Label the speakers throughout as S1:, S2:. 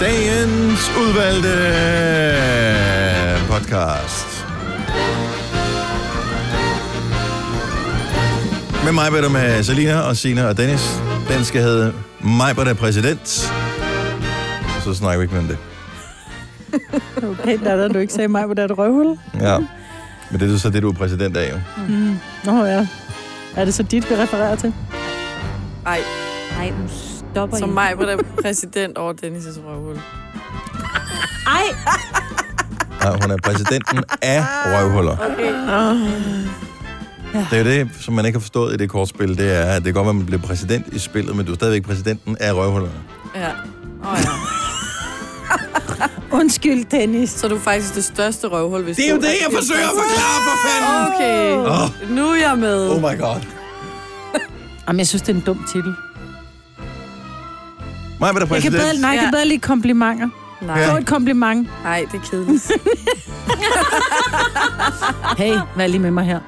S1: dagens udvalgte podcast. Med mig var med Selina og Sina og Dennis. Den skal hedde mig er præsident. Så snakker vi ikke mere om det.
S2: Okay, der er du ikke sagde mig, hvor der er et røvhul.
S1: Ja. Men det er så det, du er præsident af, jo.
S2: Mm. Nå ja. Er det så dit, vi refererer til?
S3: Ej,
S4: Nej, nu stopper
S3: som
S4: I.
S3: mig var der præsident over Dennis' røvhul.
S4: Ej,
S1: Nej, hun er præsidenten af røvhuller.
S3: Okay.
S1: Det er jo det, som man ikke har forstået i det kortspil, det er, at det kan godt være, at man bliver præsident i spillet, men du er stadigvæk præsidenten af røvhullerne.
S3: Ja. Oh, ja.
S2: Undskyld, Dennis.
S3: Så er du faktisk det største røvhul, hvis
S1: Det er jo
S3: du
S1: det, jeg forsøger at forklare, for fanden!
S3: Okay,
S1: Åh.
S3: nu er jeg med.
S1: Oh my god.
S2: Jamen, jeg synes, det er en dum titel.
S1: Mig er
S2: Jeg kan
S1: præsident.
S2: bedre, nej, jeg kan
S3: Ja.
S2: bedre lide komplimenter.
S3: Nej,
S2: Få et kompliment.
S3: nej, det er kedeligt.
S2: Hey, vær lige med mig her.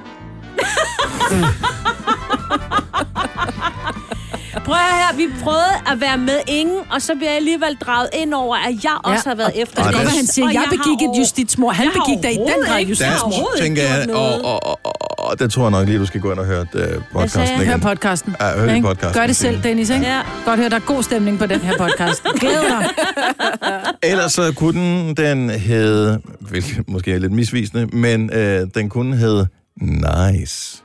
S4: prøv at høre, vi prøvede at være med ingen, og så bliver jeg alligevel draget ind over, at jeg også
S2: Ja,
S4: har været efter.
S1: og
S2: Det er
S1: det er-
S2: godt, han siger, jeg begik et justitsmord. Han begik dig i den grad
S1: Der
S2: justitsmord.
S1: tænker jeg, og, og, og, og, og, der tror jeg nok lige, du skal gå ind og høre øh,
S4: sagde
S1: podcasten
S4: jeg?
S1: igen.
S2: Hør podcasten.
S1: Ja, hør lige
S2: Ikke?
S1: podcasten.
S2: Gør det selv, Dennis, ikke?
S4: Ja.
S2: Godt høre, der er god stemning på den her podcast. Glæd dig.
S1: Ellers så kunne den, den hedde, hvilket måske er lidt misvisende, men øh, den kunne hedde Nice.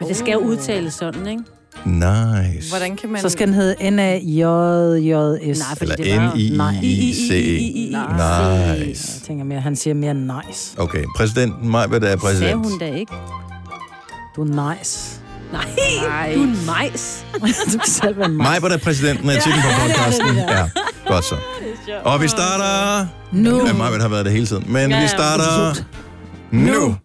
S4: Men det skal jo udtales sådan, ikke?
S1: Nice.
S3: Hvordan kan man...
S2: Så skal den hedde N-A-J-J-S.
S4: Nej, fordi
S1: Eller
S4: det var...
S1: N-I-I-C. E.
S2: E.
S1: Nice.
S2: Jeg tænker mere, han siger mere nice.
S1: Okay, præsidenten Majbert er
S4: Sagde
S1: præsident.
S4: hun da ikke?
S2: Du er nice.
S4: Nej,
S3: Nej.
S4: du er en majs.
S2: du kan selv være nice.
S1: Majbert er præsidenten af titlen på podcasten. Ja, godt så. Og vi starter...
S2: Nu.
S1: Ja, Majbert har været det hele tiden. Men
S4: Ja,
S1: vi
S4: ja.
S1: starter... Nu!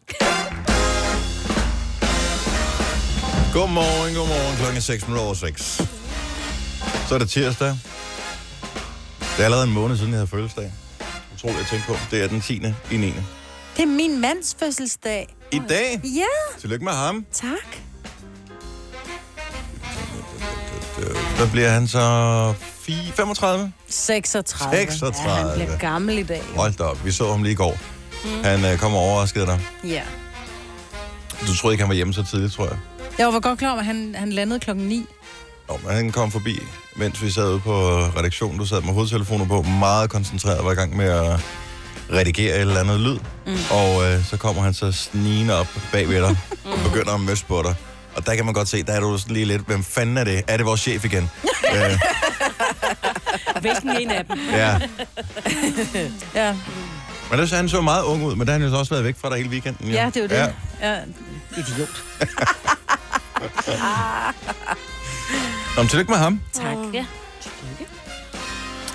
S1: Godmorgen, godmorgen. Klokken er 6 minutter over 6. Så er det tirsdag. Det er allerede en måned siden, jeg havde fødselsdag. Utroligt at tænke på. Det er den 10. i 9.
S2: Det er min mands fødselsdag.
S1: I dag.
S2: Ja,
S1: Tillykke med ham.
S2: tak.
S1: Der bliver han så fi- 35.
S2: 36.
S1: 36.
S2: Ja, han bliver gammel i dag.
S1: Hold da op, vi så ham lige i går.
S2: Mm.
S1: Han øh, kom og overraskede dig.
S2: Ja.
S1: Du troede ikke, han var hjemme så tidligt, tror jeg.
S2: Jeg var godt klar over, at han, han landede klokken 9.
S1: Nå, men han kom forbi, mens vi sad ude på redaktionen. Du sad med hovedtelefoner på, meget koncentreret, og var i gang med at redigere et eller andet lyd. Mm. Og øh, så kommer han så snigende op bagved dig, og begynder at møsse på dig. Og der kan man godt se, der er du sådan lige lidt, hvem fanden er det? Er det vores chef igen? øh,
S4: Hvilken en af dem?
S1: ja.
S2: Ja,
S1: Men ellers, han så meget ung ud, men der har han jo så også været væk fra dig hele weekenden.
S2: ja det er jo det. Ja. ja. Idiot. Ah.
S1: Nå, men tillykke med ham.
S4: Tak. Ja.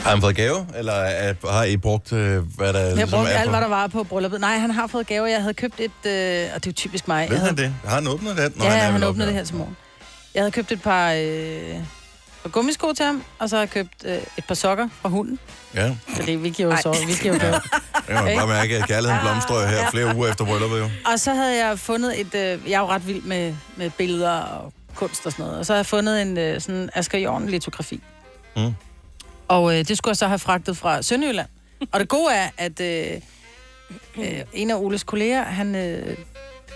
S1: Har han fået gave, eller er, har I brugt, øh, hvad der
S2: Jeg
S1: ligesom
S2: brugte
S1: er
S2: alt,
S1: på-
S2: hvad der var på brylluppet. Nej, han har fået gaver. Jeg havde købt et, øh, og det er jo typisk mig.
S1: Ved
S2: Jeg
S1: han
S2: havde,
S1: det? Har han åbnet det? Nå,
S2: ja,
S1: er
S2: han,
S1: vel
S2: han
S1: oppe
S2: åbnede det her til morgen. Jeg havde købt et par, øh, par gummisko til ham, og så har jeg købt øh, et par sokker fra hunden.
S1: Ja,
S2: Fordi vi giver jo så, vi giver jo gaver.
S1: det kan man bare mærke, at kærligheden
S2: Ah,
S1: blomstrer jo her flere uger efter brylluppet jo.
S2: Og så havde jeg fundet et... Øh, jeg er jo ret vild med, med billeder og kunst og sådan noget. Og så havde jeg fundet en øh, sådan Asger Jorn litografi.
S1: Mm.
S2: Og øh, det skulle jeg så have fragtet fra Sønderjylland. Og det gode er, at øh, øh, en af Oles kolleger, han øh,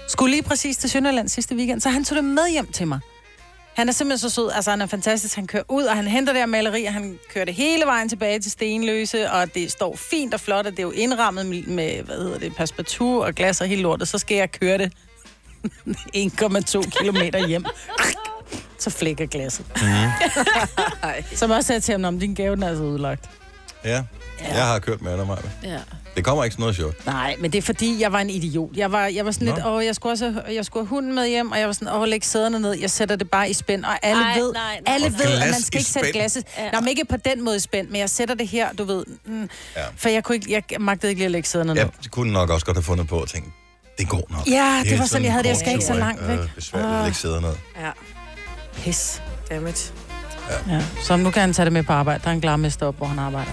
S2: skulle lige præcis til Sønderjylland sidste weekend, så han tog det med hjem til mig. Han er simpelthen så sød. Altså, han er fantastisk. Han kører ud, og han henter det her maleri, og han kører det hele vejen tilbage til Stenløse, og det står fint og flot, og det er jo indrammet med, med hvad hedder det, passepartout og glas og hele lortet. Så skal jeg køre det 1,2 kilometer hjem. Så flækker glasset.
S3: Ej.
S2: Som også sagde til ham, om din gave, den er altså udlagt.
S1: Ja. Jeg har kørt med dig, Maja.
S3: Ja.
S1: Det kommer ikke sådan noget sjovt.
S2: Nej, men det er fordi, jeg var en idiot. Jeg var, jeg var sådan
S1: Nå.
S2: lidt, åh, jeg skulle også have- jeg skulle have hunden med hjem, og jeg var sådan, åh, læg sæderne ned, jeg sætter det bare i spænd, og alle
S4: Ej,
S2: ved,
S4: nej, nej.
S2: alle
S4: Og
S2: ved, at
S1: glas
S2: man
S1: i
S2: skal ikke sætte
S1: spænd.
S2: glasset. Ja.
S4: Ja.
S2: Nej, men ikke på den måde i spænd, men jeg sætter det her, du ved, mm, ja.
S1: Ja.
S2: for jeg, kunne ikke, jeg magtede ikke lige at lægge sæderne ned.
S1: Jeg kunne nok også godt have fundet på at tænke, det er god nok.
S2: Ja, det var
S1: er
S2: sådan, jeg havde det. Jeg
S1: en
S2: skal ikke så
S1: kort tur,
S2: langt væk. Ah.
S1: Øh, det er svært at lægge sæder ned.
S3: Ja,
S2: Pis.
S3: dammit.
S2: Ja. Så nu kan han tage det med på arbejde. Der er en glarmester op, hvor han arbejder.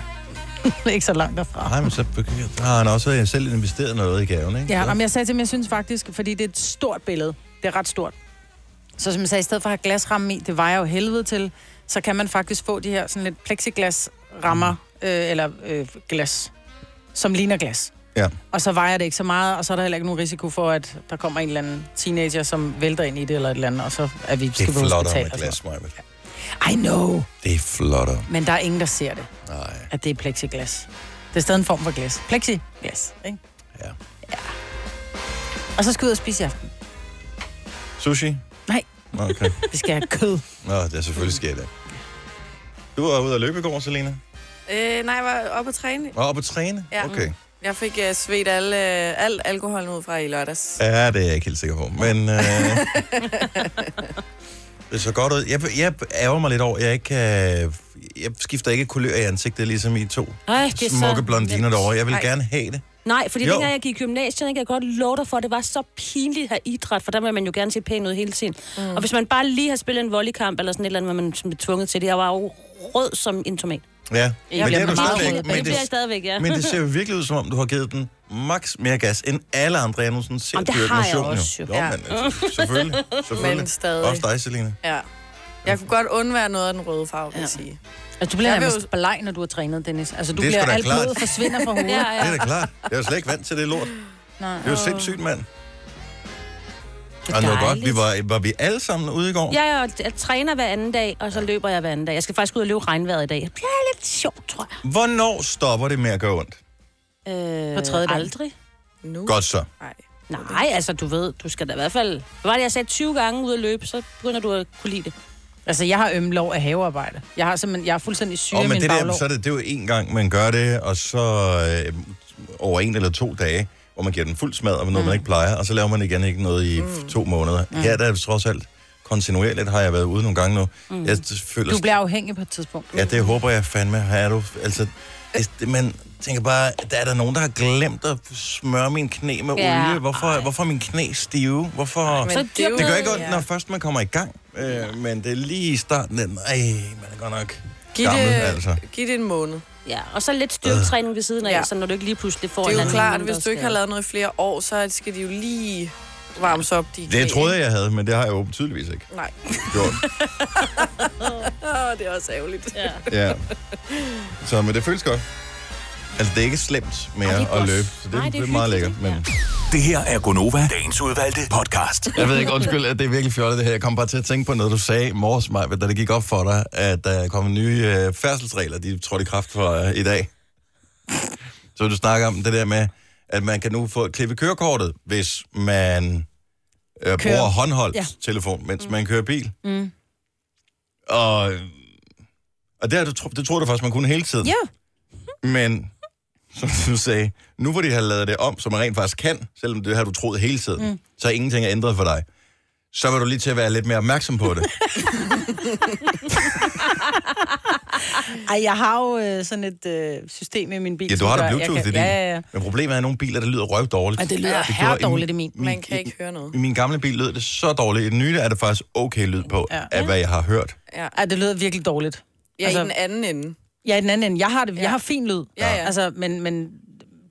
S2: ikke så langt derfra.
S1: Nej, men så begy- der har han også øh, selv investeret noget i gaven, ikke?
S2: Ja,
S1: Så-
S2: men jeg sagde til dem, jeg synes faktisk, fordi det er et stort billede. Det er ret stort. Så som jeg sagde, i stedet for at have glasramme i, det vejer jo helvede til, så kan man faktisk få de her sådan lidt plexiglasrammer, mm. øh, eller øh, glas, som ligner glas.
S1: Ja.
S2: Og så vejer det ikke så meget, og så er der heller ikke nogen risiko for, at der kommer en eller anden teenager, som vælter ind i det eller et eller andet, og så er vi
S1: Det
S2: skal
S1: er
S2: på
S1: flottere
S2: hospitalet.
S1: med glas, Maja.
S2: I know,
S1: Det er flottere.
S2: men der er ingen, der ser det,
S1: Nej,
S2: at det er plexiglas. Det er stadig en form for glas. Plexiglas, ikke?
S1: ja.
S2: Og så skal vi ud og spise i aften.
S1: Sushi?
S2: Nej.
S1: Nå, Okay.
S2: Vi skal have kød.
S1: Nå, det er selvfølgelig sker det. Du var ude at løbe i går, Selena.
S3: Øh, nej, jeg var oppe at træne.
S1: Og oppe at træne?
S3: Ja.
S1: Okay.
S3: Jeg fik uh, svedt al, uh, al alkoholen ud fra i lørdags.
S1: Ja, det er jeg ikke helt sikker på. Men øh, det så godt ud. Jeg, jeg ærger mig lidt over, jeg ikke kan... Jeg skifter ikke kulør i ansigtet, ligesom I to
S4: Ej, det er så
S1: smukke blondiner
S4: nemt.
S1: derovre. Jeg vil
S3: Ej.
S1: gerne have det.
S4: Nej, fordi
S1: Jo.
S4: dengang jeg gik i gymnasiet, ikke, jeg kan godt love dig for, at det var så pinligt at have idræt, for der vil man jo gerne se pæn ud hele tiden. Mm. Og hvis man bare lige har spillet en volleykamp eller sådan et eller andet, var man sådan lidt tvunget til det. Jeg var jo rød som en tomat.
S1: Ja, men det
S2: bliver
S1: er du
S2: meget rød.
S1: stadigvæk.
S4: Men, men det
S1: Men
S4: bliver jeg
S1: det,
S4: stadigvæk, ja.
S1: men det ser jo virkelig ud, som om du har givet den maks mere gas, end alle andre, jeg nogensinde ser
S4: Jamen, det
S1: dyrke
S4: har jeg
S1: motion,
S4: også, jo.
S1: Jo, ja.
S3: Ja.
S1: men altså, selvfølgelig. selvfølgelig.
S3: Men stadig.
S1: Også dig, Selina.
S3: Ja. Jeg kunne godt undvære noget af den røde farve, vil jeg
S2: Ja.
S3: sige.
S2: Altså, du bliver
S3: Jeg vil
S2: nærmest beleg, når du har trænet, Dennis. Altså, du
S1: Det er
S2: bliver
S1: sgu da
S2: alt
S1: klart.
S2: blodet forsvinder fra hovedet.
S4: ja,
S1: Det er
S4: ja.
S1: da klart. Jeg er jo slet ikke vant til det lort.
S2: Nej.
S1: Det er jo sindssygt, mand. Og det var godt, vi var, var vi alle sammen ude i går?
S4: Ja, jeg, jeg træner hver anden dag, og så løber jeg hver anden dag. Jeg skal faktisk ud og løbe regnvejret i dag. Det er lidt sjovt, tror jeg.
S1: Hvornår stopper det med at gøre ondt?
S4: Øh,
S2: På tredje dag.
S4: Aldrig.
S3: Nu?
S1: Godt så.
S3: Nej.
S4: Nej, altså du ved, du skal da i hvert fald... Hvad var det, jeg sagde 20 gange ud at løbe, så begynder du at kunne lide det.
S2: Altså, jeg har ømme lov af havearbejde. Jeg har simpelthen, jeg er fuldstændig syg
S1: Og
S2: af
S1: men
S2: min
S1: det der,
S2: baglov.
S1: så er det, det er jo en gang, man gør det, og så øh, over en eller to dage, hvor man giver den fuld smad, og noget, mm. man ikke plejer, og så laver man igen ikke noget i mm. to måneder. Mm. Her der er det trods alt kontinuerligt, har jeg været ude nogle gange nu. Mm. Jeg føler,
S2: Du bliver afhængig på et tidspunkt.
S1: Ja, det håber jeg fandme. Her er du, altså, det- det- man tænker bare, der er der nogen, der har glemt at smøre min knæ med
S4: Ja,
S1: ja, olie. Hvorfor, hvorfor er min knæ stive? Hvorfor...
S3: Men
S4: Så
S3: det er jo-
S1: Det gør
S4: ved
S1: ikke
S4: jeg.
S1: ondt, når først man kommer i gang. Øh, men det er lige i starten, den, ej, man er godt nok
S3: Giv
S1: gammel,
S3: det,
S1: altså.
S3: giv det en måned.
S4: Ja, og så lidt styrketræning ved siden af,
S3: Ja.
S4: ja. så når du ikke lige pludselig får en
S3: Det er jo
S4: anden
S3: klart,
S4: anden,
S3: hvis
S4: der
S3: du ikke har
S4: skal-
S3: lavet noget i flere år, så skal de jo lige varmes op. De knæ,
S1: Det troede jeg, jeg havde, men det har jeg jo tydeligvis ikke
S3: ikke? Nej,
S1: gjort.
S3: Åh, det er også ærgerligt.
S4: Ja.
S1: ja. Så, men det føles godt. Altså, det er ikke slemt mere
S4: Ej, det er
S1: at
S4: godt.
S1: løbe. Så det,
S4: Nej, det er
S1: det er meget lækkert.
S4: hyggeligt,
S1: Men...
S4: ja.
S5: Det her er Gonova, dagens udvalgte podcast.
S1: Jeg ved ikke, undskyld, at det er virkelig fjollet det her. Jeg kom bare til at tænke på noget, du sagde i morges, Maja, da det gik op for dig, at der er kommet nye øh, færdselsregler, de trådte i kraft for øh, i dag. Så du snakker om det der med, at man kan nu få et klip i kørekortet, hvis man
S2: Kører.
S1: øh, bruger håndholdt
S2: Ja.
S1: ja. telefon, mens mm. man kører bil. Mm. Og, og det, har du, tro- det troede du faktisk, man kunne hele tiden.
S2: Ja,
S1: Men, som du sagde, nu hvor de har lavet det om, som man rent faktisk kan, selvom det har du troet hele tiden, mm. så er ingenting er ændret for dig. Så var du lige til at være lidt mere opmærksom på det.
S2: Ej, jeg har jo øh, sådan et øh, system i min bil.
S1: Ja, du
S2: som
S1: har
S2: gør,
S1: da
S2: at jeg
S1: Bluetooth i
S2: kan-
S1: din.
S2: Ja, ja, ja.
S1: Men problemet er, at nogle biler, der lyder røv dårligt.
S2: Men det lyder
S1: gjorde
S2: herredårligt i min.
S3: Man kan ikke høre noget.
S1: I min gamle bil lød det så dårligt. I den nye er det faktisk okay lyd på,
S2: Ja.
S1: ja. af hvad jeg har hørt.
S3: Ja,
S2: Ej, det lyder virkelig dårligt.
S3: ja
S2: Altså-
S3: i den anden ende.
S2: Ja, i den anden ende. Jeg har, det, jeg har fin lyd.
S3: Ja, ja.
S2: Altså, men, men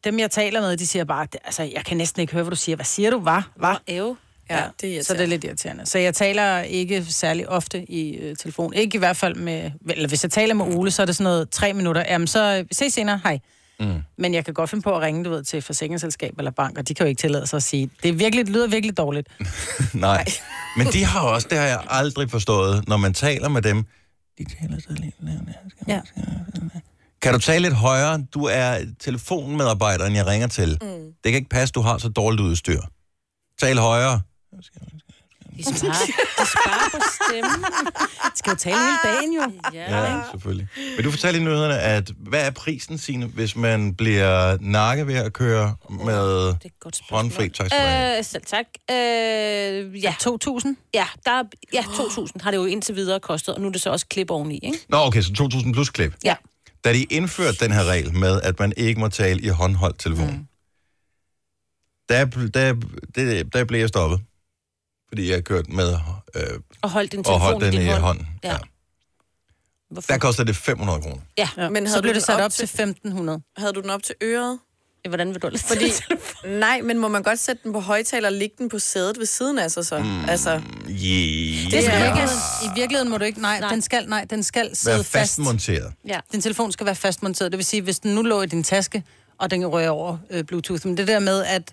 S2: dem, jeg taler med, de siger bare, altså, jeg kan næsten ikke høre, hvad du siger. Hvad siger du? Hvad? Hvad?
S4: Æve.
S3: Ja, det er
S2: så det er lidt irriterende. Så jeg taler ikke særlig ofte i øh, telefon. Ikke i hvert fald med... Eller hvis jeg taler med Ole, så er det sådan noget tre minutter. Jamen, så øh, ses senere. Hej. Mm. Men jeg kan godt finde på at ringe, du ved, til forsikringsselskab eller bank, og de kan jo ikke tillade sig at sige, det, er virkelig, det lyder virkelig dårligt.
S1: Nej. Men de har også, det har jeg aldrig forstået, når man taler med dem. De taler så lidt lavt.
S2: Ja.
S1: Kan du tale lidt højere? Du er telefonmedarbejderen, jeg ringer til. Mm. Det kan ikke passe, du har så dårligt udstyr. Tal højere.
S4: De sparer, de sparer på stemmen.
S2: Skal jo tale hele dagen, jo.
S4: Ja.
S1: Ja, selvfølgelig. Vil du fortælle i nyhederne, at hvad er prisen, Signe, hvis man bliver nakket ved at køre med
S4: Det er et godt spørgsmål.
S1: håndfri? Tak skal du have.
S4: Øh, selv tak. Øh, ja,
S2: 2.000?
S4: ja, der, er- ja, 2.000 har det jo indtil videre kostet, og nu er det så også klip oveni, ikke?
S1: Nå, okay, så 2.000 plus klip.
S4: Ja.
S1: Da de indførte den her regel med, at man ikke må tale i håndholdt telefon, mm. der, bl- der, det, der blev jeg stoppet. Fordi jeg kørte med øh,
S4: Og holdt din
S1: og
S4: telefon
S1: holdt den
S4: din
S1: i
S4: hånd.
S1: hånden.
S4: Ja.
S1: Ja.
S4: Hvorfor?
S1: Der koster det 500 kroner.
S4: Ja.
S2: Ja.
S3: Men
S2: Men
S3: havde
S2: så
S3: du
S2: blev
S3: den
S2: det sat
S3: op
S2: op til 1.500.
S3: Havde du den op til øret?
S4: Hvordan vil du ellers
S3: Fordi,
S4: Fordi...
S3: nej, men må man godt sætte den på højtaler og ligge den på sædet ved siden af sig så? Mm. Altså,
S1: Yeah.
S2: Det skal
S3: Ja.
S2: ikke, I virkeligheden må du ikke. Nej, nej. den skal, nej, den skal sidde
S1: Være
S2: fast.
S1: fastmonteret.
S4: Ja.
S2: Din telefon skal være fastmonteret. Det vil sige, hvis den nu lå i din taske, og den rører over øh, Bluetooth. Men det der med, at,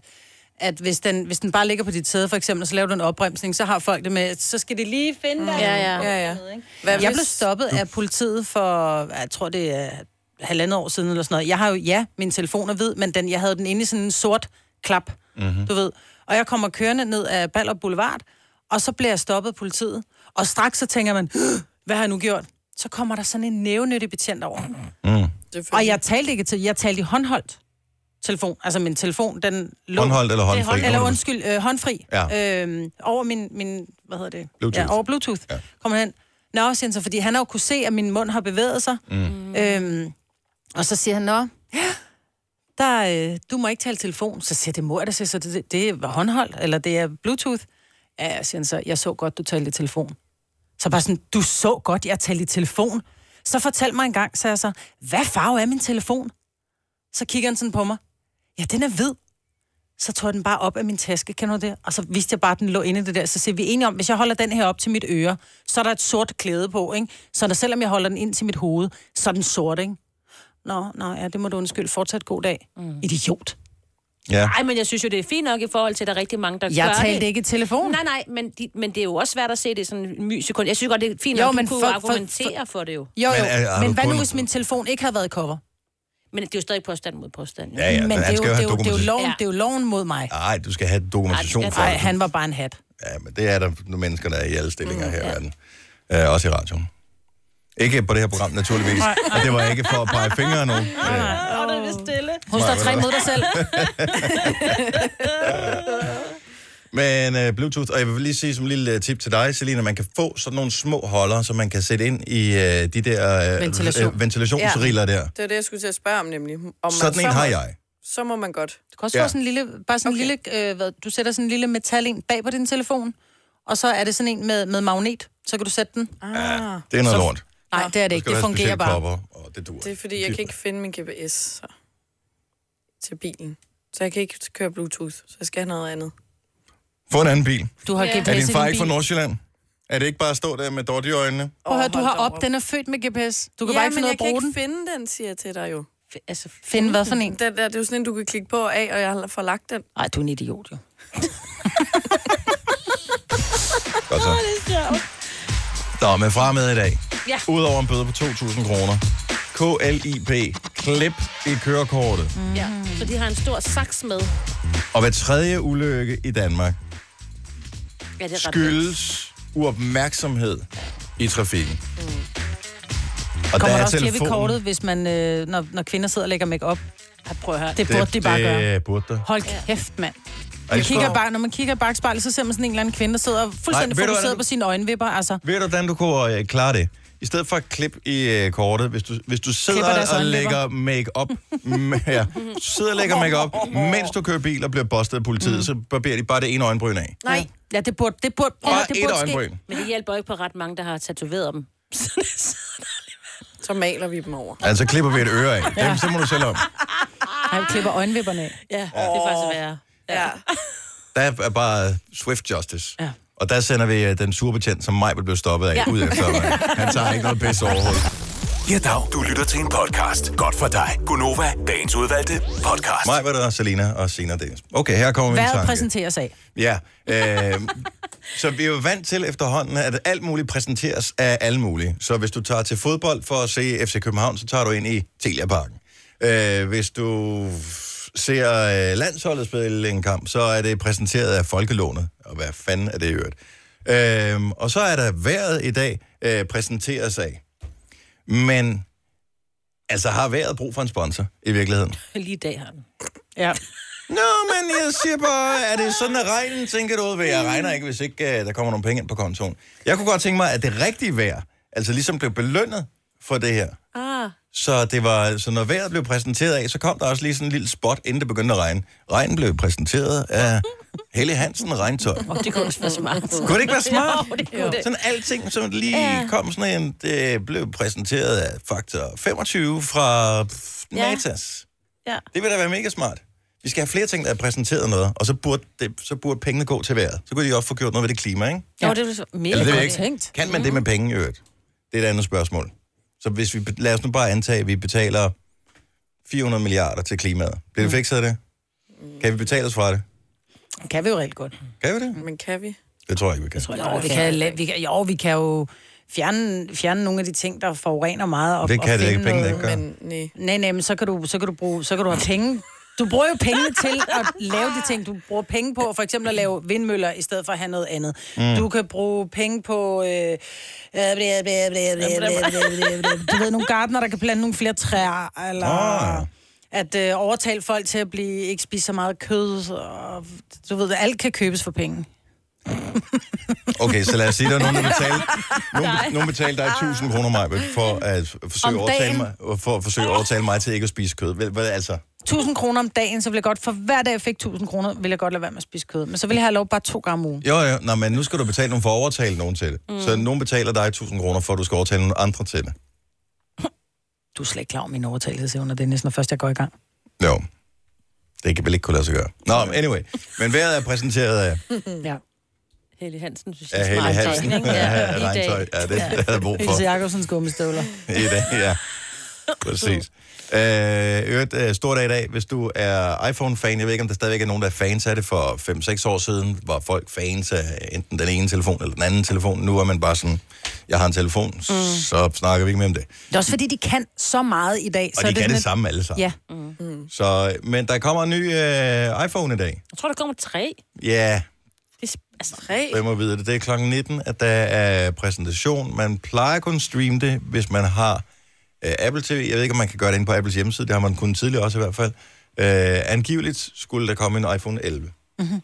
S2: at hvis, den, hvis den bare ligger på dit sæde, for eksempel, og så laver du en opbremsning, så har folk det med, at så skal de lige finde dig.
S4: Mm. Ja, ja.
S3: ja, ja. Hvad
S2: Jeg blev stoppet af politiet for, jeg tror det er halvandet år siden eller sådan noget. Jeg har jo, ja, min telefon er hvid, men den, jeg havde den inde i sådan en sort klap,
S1: Mhm.
S2: mm-hmm. du ved. Og jeg kommer kørende ned af Ballerup Boulevard, og så bliver jeg stoppet af politiet. Og straks så tænker man, "Åh, hvad har jeg nu gjort? Så kommer der sådan en nævnyttig betjent over.
S1: Mm.
S2: Og jeg talte ikke til, jeg talte i håndholdt telefon. Altså min telefon, den lå...
S1: Håndholdt eller håndfri?
S2: Hånd, eller
S1: Håndholdt.
S2: undskyld, øh, håndfri. Ja. Øhm, over min, min, hvad hedder det?
S1: Bluetooth.
S2: Ja, over Bluetooth. Ja. Kommer han hen. Nå, siger han så, fordi han har jo kunne se, at min mund har bevæget sig. Mm. Øhm, og så siger han, nå, der, øh, du må ikke tale telefon. Så siger jeg, det mor, der siger, så det, det, det var håndholdt, eller det er Bluetooth. Ja, siger han så, jeg så godt, du talte i telefon. Så bare sådan, du så godt, jeg talte i telefon. Så fortæl mig en gang, sagde jeg så, hvad farve er min telefon? Så kigger han sådan på mig. Ja, den er hvid. Så tog jeg den bare op af min taske, kender du det? Og så vidste jeg bare, at den lå inde i det der. Så siger vi er enige om, hvis jeg holder den her op til mit øre, så er der et sort klæde på, ikke? Så der, selvom jeg holder den ind til mit hoved, så er den sort, ikke? Nå, nå, ja, det må du undskylde. Fortsat god dag. Mm. Idiot.
S1: Ja.
S4: Nej, men jeg synes jo, det er fint nok i forhold til, at der er rigtig mange, der
S2: Jeg
S4: gør
S2: talte
S4: det.
S2: ikke i telefon.
S4: Nej, nej, men, de, men det er jo også svært at se det i sådan en my sekund. Jeg synes godt, det er fint
S2: Jo,
S4: nok, at
S2: men
S4: du kunne
S2: for-
S4: for,
S2: for-
S4: argumentere for, for det jo.
S2: Jo, jo,
S1: Men
S2: men, øh,
S1: er- er du
S2: men hvad nu,
S1: kun-
S2: hvis min telefon ikke har været i cover?
S4: Men det er jo stadig påstand mod påstand. Jo.
S1: Ja, ja,
S2: men det er, jo, Ah,
S1: skal
S2: det, er
S1: have
S2: jo, det, er jo
S1: dokumentation.
S2: loven,
S4: Ja.
S2: det er jo loven mod mig.
S1: Nej, du skal have dokumentation
S4: Ej,
S1: for
S4: jeg-
S1: det.
S2: Nej, han var bare en hat.
S1: Ja, men det er der nu mennesker, der er i alle stillinger mm, her i verden. Øh, også i radioen. Ikke på det her program, naturligvis. Og det var ikke for at pege fingre af nogen. Øh,
S4: Åh, det er vist stille.
S2: Hun står tre mod dig selv.
S1: Men øh, Bluetooth, og jeg vil lige sige som lille øh, tip til dig, Selina, man kan få sådan nogle små holder, som man kan sætte ind i øh, de der øh,
S2: Ventilation.
S1: øh, ventilationsriller der.
S3: Det var det, jeg skulle til at spørge om nemlig. Om man,
S1: Sådan en
S3: så,
S1: har
S3: må-
S1: jeg.
S3: Så må man godt.
S2: Du kan også
S1: Ja.
S2: ja. få sådan en lille, bare sådan en lille, øh, hvad, du sætter sådan en lille metal ind bag på din telefon, og så er det sådan en med, med magnet, så kan du sætte den.
S3: Ah, ja.
S1: Det er noget lort.
S2: Nej, det er det
S1: Så skal
S2: ikke,
S1: du
S2: det
S1: have
S2: fungerer
S1: specielle
S2: bare.
S1: Kopper, og det dur.
S3: Det er fordi, jeg kan ikke finde min GPS så. til bilen. Så jeg kan ikke køre Bluetooth, så jeg skal have noget andet.
S1: Få en anden bil.
S2: Du har
S4: Ja.
S2: GPS
S1: Er din
S2: i
S1: far
S2: din
S1: ikke fra
S2: bil.
S1: Nordsjælland? Er det ikke bare at stå der med dårlige øjne?
S2: Prøv at høre,
S3: Åh,
S2: du
S3: hold
S2: har
S3: da
S2: op, den er født med GPS. Du kan ja, bare ikke
S3: men
S2: finde ud af
S3: jeg
S2: at
S3: kan
S2: bruge
S3: ikke
S2: den.
S3: finde den, siger jeg til dig jo.
S4: F- Altså, f-
S2: Finde hvad for en?
S3: Den der, det er jo sådan en, du kan klikke på og af, og jeg har forlagt den.
S4: ej, du er en idiot, jo.
S1: Godt så. Nå, men fra og med i dag.
S4: Ja.
S1: Udover en bøde på 2.000 kroner. KLIP. Klip i kørekortet. Mm.
S4: Ja. Så de har en stor saks med.
S1: Og hver tredje ulykke i Danmark
S4: Ja, det er ret vildt.
S1: skyldes uopmærksomhed i trafikken. Mm. Og
S2: Kommer
S1: der
S2: der
S1: er
S2: også klip i
S1: telefonen.
S2: kortet, hvis man, øh, når, når kvinder sidder og lægger make-up? Ja, prøv at høre. Det burde de bare
S1: det,
S2: gøre.
S1: Det burde der.
S2: Hold kæft, mand.
S1: Og
S2: Man
S1: jeg
S2: kigger
S1: spørger-
S2: bare, når man kigger i bagspejlet, så ser man sådan en eller anden kvinde, der sidder fuldstændig
S1: Nej, ved
S2: Nej,
S1: du,
S2: fokuseret
S1: hvordan-
S2: på sine øjenvipper. Altså,
S1: Ved du, hvordan du kunne øh, klare det? I stedet for at klippe i øh, kortet, hvis du, hvis du
S2: Klipper
S1: sidder
S2: deres
S1: og
S2: øjenlæpper.
S1: lægger make-up, m- ja, du sidder og lægger make-up, mens du kører bil og bliver bustet af politiet, mm. så barberer de bare det ene øjenbryn af.
S2: nej. Ja, det burde, det burde, prøv, at høre,
S1: Bare
S2: det
S1: et
S2: burde
S1: øjenbryn.
S2: ske.
S4: Men det hjælper jo ikke på ret mange, der har tatoveret dem.
S3: Så maler vi dem over.
S1: Altså klipper vi et øre af. Dem, så må du selv om.
S2: Han klipper øjenvipperne af.
S4: Ja, det er faktisk værre.
S3: Ja.
S1: Der er bare swift justice.
S2: Ja.
S1: Og der sender vi øh, den sure betjent, som mig blev stoppet af, ja. ud efter mig. Han tager ikke noget pisse overhovedet.
S5: Ja, dag. Du lytter til en podcast. Godt for dig. Gunova, dagens udvalgte podcast.
S1: Mig var der Selina og Sina Dennis. Okay, her kommer min
S2: Vejret
S1: tanke.
S2: præsenteres af.
S1: Ja, øh, så vi er jo vant til efterhånden, at alt muligt præsenteres af alle mulige. Så hvis du tager til fodbold for at se FC København, så tager du ind i Telia Parken. Øh, hvis du ser øh, landsholdet spille en kamp, så er det præsenteret af Folkelånet. Og hvad fanden er det i øvrigt? Øh, og så er der vejret i dag øh, præsenteres af. Men altså har vejret brug for en sponsor i virkeligheden?
S4: Lige i dag har den.
S2: Ja.
S1: Nå, men jeg siger bare, er det sådan, at regnen tænker du ud ved? Jeg regner ikke, hvis ikke uh, der kommer nogle penge ind på kontoen. Jeg kunne godt tænke mig, at det rigtige vejr, altså ligesom blev belønnet for det her.
S4: Ah,
S6: 啊
S1: Så, det var, så når vejret blev præsenteret af, så kom der også lige sådan en lille spot, inden det begyndte at regne. Regnen blev præsenteret af Helle Hansen Regntøj.
S4: det kunne også være smart.
S1: Kunne det ikke være smart?
S4: Jo, det kunne det.
S1: Sådan alting, som lige kom sådan en, det blev præsenteret af faktor 25 fra pff, Matas.
S4: Ja.
S1: Det vil da være mega smart. Vi skal have flere ting, der er præsenteret noget, og så burde, det, så burde pengene gå til vejret. Så kunne de også få gjort noget ved det klima, ikke?
S4: Ja. Jo, det er så mega
S1: Eller det ved jeg
S4: godt
S1: ikke.
S2: tænkt.
S1: Kan man det med penge i øvrigt? Det er et andet spørgsmål. Så hvis vi, be- lad os nu bare antage, at vi betaler 400 milliarder til klimaet. Bliver det fikset af det? Kan vi betale os fra det?
S2: Kan vi jo rigtig godt.
S1: Kan vi det?
S3: Men kan vi?
S1: Det tror jeg ikke, vi kan.
S2: Jo, vi kan, la- vi kan, jo, vi kan jo fjerne, fjerne nogle af de ting, der forurener meget. Og,
S1: Det kan
S2: og
S1: det ikke.
S2: finde
S1: Pengene
S2: noget-
S1: ikke gør.
S3: Men nej.
S2: Nej, nej, men så kan du, så kan du, bruge, så kan du have penge. Du bruger jo pengene til at lave de ting, du bruger penge på. For eksempel at lave vindmøller, i stedet for at have noget andet. Mm. Du kan bruge penge på... Øh, øh, blæ, blæ, blæ, blæ, blæ, blæ, blæ, blæ. du ved, nogle gardener, der kan plante nogle flere træer, eller...
S1: Ah.
S2: Oh. At øh, overtale folk til at blive, ikke spise så meget kød, og du ved, alt kan købes for penge.
S1: Okay, så lad os sige, at der er nogen, der betaler, nogen, nogen betaler dig 1000 kroner, mig for at forsøge,
S2: Ah. Om
S1: at overtale
S2: dagen.
S1: mig, for at forsøge at overtale mig til ikke at spise kød. Vel, hvad, altså,
S2: 1000 kroner om dagen, så vil jeg godt, for hver dag jeg fik 1000 kroner, vil jeg godt lade være med at spise kød. Men så vil jeg have lov bare to gange om ugen.
S1: jo, jo, nej, men nu skal du betale nogen for at overtale nogen til det. Mm. Så nogen betaler dig 1000 kroner, for at du skal overtale nogen andre til det.
S2: Du er slet ikke klar over min overtagelsesevne, det er næsten når først, jeg går i gang.
S1: Jo. Det kan vel ikke kunne lade sig gøre. Nå, men anyway. Men vejret er præsenteret af,
S2: Ja.
S4: Helle Hansen, synes
S1: af
S4: jeg,
S1: Helle
S4: smart
S1: Hansen.
S4: tegning.
S1: Ja,
S4: Ja, i
S1: regntøj.
S4: dag.
S1: Ja, det havde jeg brug for
S2: Ilse Jacobsens gummistøvler.
S1: i dag. Ja. Præcis. Øh, øvrigt, øh, stor dag i dag, hvis du er iPhone-fan. Jeg ved ikke, om der stadigvæk er nogen, der er fans af det. For 5-6 år siden var folk fans af enten den ene telefon eller den anden telefon. Nu er man bare sådan, jeg har en telefon, mm. så snakker vi ikke mere om det.
S2: Det er også fordi, de kan så meget i dag. så
S1: Og så de
S2: er
S1: kan det
S2: sådan
S1: samme alle sammen.
S2: et- Ja, Mm.
S1: Så, men der kommer en ny øh, iPhone i dag.
S4: Jeg tror, der kommer tre.
S1: Ja, yeah.
S4: Det er, sp- altså,
S3: Tre?
S1: Hvem må vide det? Det er klokken 19, at der er præsentation. Man plejer kun at streame det, hvis man har øh, Apple TV. Jeg ved ikke, om man kan gøre det inde på Apples hjemmeside. Det har man kun tidligere også i hvert fald. Øh, angiveligt skulle der komme en iPhone 11. Mm-hmm.
S4: Mhm.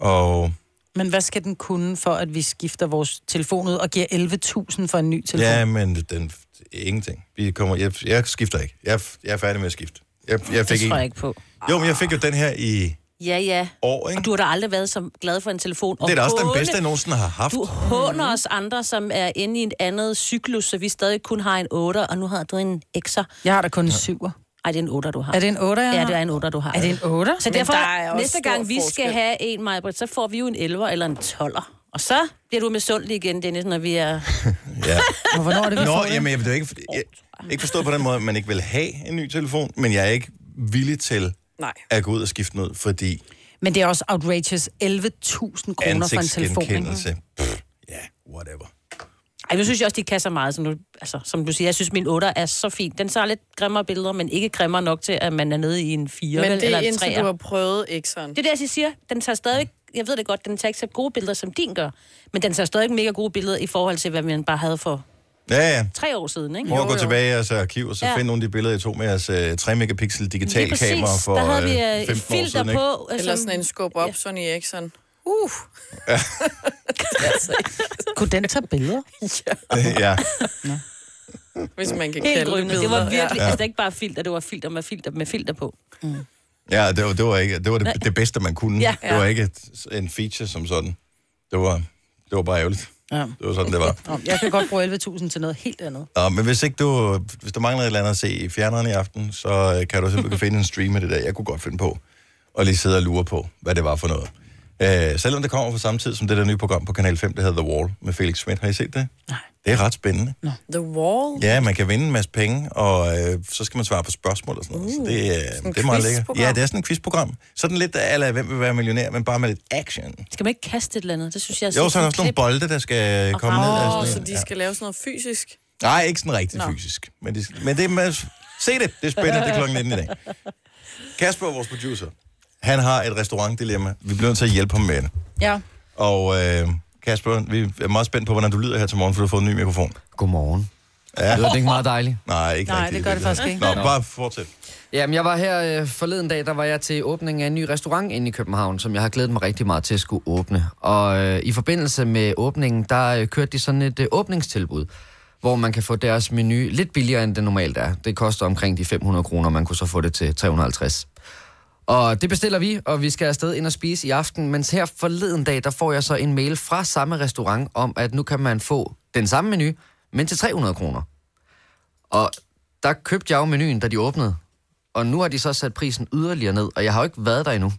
S1: Og
S2: men hvad skal den kunne for, at vi skifter vores telefon ud og giver 11.000 for en ny telefon?
S1: ja,
S2: Ja.
S1: men den, ingenting. Vi kommer, jeg, jeg skifter ikke. Jeg, er- jeg er færdig med at skifte. Jeg,
S4: det
S1: jeg fik en,
S4: tror jeg ikke på.
S1: Jo, men jeg fik jo den her i
S4: Ja, ja.
S1: år, ikke?
S4: Og du har da aldrig været så glad for en telefon.
S1: Det er da også den
S4: Overhovedet.
S1: bedste, jeg nogensinde har haft.
S4: Du håner os andre, som er inde i en andet cyklus, så vi stadig kun har en 8, og nu har du en X'er.
S2: Jeg har da kun en syver.
S4: Ej, det er en 8, du har.
S2: Er det en 8, jeg
S4: Ja,
S2: har?
S4: det er en 8, du har.
S2: Er det en 8?
S4: Så derfor,
S3: der er også
S4: næste
S3: stor
S4: gang vi skal
S3: forskel.
S4: have en, Majbrit, så får vi jo en 11'er eller en 12'er. Og så bliver du misundelig igen, Dennis, når vi er...
S1: Ja.
S2: Og hvornår er det, vi
S1: Nå,
S2: får det?
S1: jamen, jeg vil jo ikke, jeg, ikke forstå på den måde, at man ikke vil have en ny telefon, men jeg er ikke villig til
S3: Nej.
S1: at gå ud og skifte noget, fordi
S2: Men det er også outrageous. 11.000 kroner for en telefon. ikke?
S1: ansigtsgenkendelse, pff, ja, yeah, whatever.
S4: Ej, nu synes jeg også, de kan så meget, som du, altså, som du siger. Jeg synes, min 8 er så fin. Den tager lidt grimmere billeder, men ikke grimmere nok til, at man er nede i en 4
S3: Men
S4: vel,
S3: det
S4: eller
S3: er
S4: en
S3: indtil
S4: 3'er.
S3: du har prøvet Exxon.
S4: Det er det, jeg siger. Den tager stadig... Jeg ved det godt, den tager ikke så gode billeder, som din gør. Men den tager stadig mega gode billeder i forhold til, hvad man bare havde for
S1: Ja, ja.
S4: tre år siden, ikke?
S1: Prøv at
S3: Jo,
S1: gå
S3: jo.
S1: tilbage i jeres arkiv, og så ja.
S4: Ja.
S1: find nogle af de billeder, I tog med jeres øh, 3 megapixel
S4: Lige
S1: digital
S4: præcis.
S1: kamera for
S4: der havde
S1: øh,
S4: vi øh,
S1: 15
S4: et
S1: år
S4: filter
S1: siden, ikke?
S4: på, øh,
S3: Eller
S4: som
S3: sådan en skub op, Sony Eriksson. Uh,
S2: Kunne den tage billeder?
S1: Øh, ja.
S3: hvis man kan
S4: helt
S3: kalde det
S4: grønne. Det var
S3: billeder, ja.
S4: virkelig, ja. altså det er ikke bare filter, det var filter med filter med filter på.
S1: ja, det var, det var, ikke, det, var det, det bedste, man kunne.
S4: Ja.
S1: Det var ikke et- en feature som sådan. Det var, det var bare ærgerligt.
S2: Ja.
S1: Det var sådan, det var.
S2: Nå, jeg kan godt bruge 11.000 til noget helt andet.
S1: Nå, men hvis ikke du, hvis du mangler et eller andet at se i fjerneren i aften, så øh, kan du simpelthen finde en stream af det der. Jeg kunne godt finde på og lige sidde og lure på, hvad det var for noget. Øh, selvom det kommer på samme tid som det der nye program på Kanal 5, der hedder The Wall med Felix Schmidt. Har I set det? Nej. Det er ret spændende. Nå.
S3: The Wall.
S1: Ja, man kan vinde en masse penge, og øh, så skal man svare på spørgsmål og sådan noget. Uh, så det, øh, det er meget lækkert.
S3: quizprogram.
S1: Ja, det er sådan et quizprogram. Sådan lidt af, hvem vil være millionær, men bare med lidt action.
S4: Skal man ikke kaste et eller andet? Det synes jeg er
S1: Jo, så er der
S4: sådan
S1: også nogle
S4: klip.
S1: bolde, der skal komme ned. altså. af
S3: Åh,
S1: sådan
S3: så
S1: en-
S3: de skal lave sådan noget fysisk.
S1: Nej, ikke sådan rigtig Nå. fysisk. Men det, men det er med, se det, det er spændende, det er klokken 19 i dag. Kasper, vores producer, han har et restaurantdilemma. Vi bliver nødt til at hjælpe ham med det.
S2: Ja.
S1: Og øh, Kasper, vi er meget spændt på, hvordan du lyder her til morgen, for du har fået en ny mikrofon.
S6: Godmorgen.
S1: Ja.
S6: Ja. Lyder det ikke meget dejligt?
S1: Nej, ikke
S2: Nej,
S1: rigtig,
S2: det gør
S1: i
S2: det
S1: virkeligheden.
S2: faktisk ikke.
S1: Nå, bare fortsæt.
S6: Jamen, jeg var her øh, forleden dag, der var jeg til åbningen af en ny restaurant inde i København, som jeg har glædet mig rigtig meget til at skulle åbne. Og øh, i forbindelse med åbningen, der øh, kørte de sådan et øh, åbningstilbud, hvor man kan få deres menu lidt billigere, end det normalt er. Det koster omkring de 500 kroner, man kunne så få det til 350. Og det bestiller vi, og vi skal afsted ind og spise i aften. Men her forleden dag, der får jeg så en mail fra samme restaurant om, at nu kan man få den samme menu, men til 300 kroner. Og der købte jeg jo menuen, da de åbnede. Og nu har de så sat prisen yderligere ned, og jeg har jo ikke været der endnu.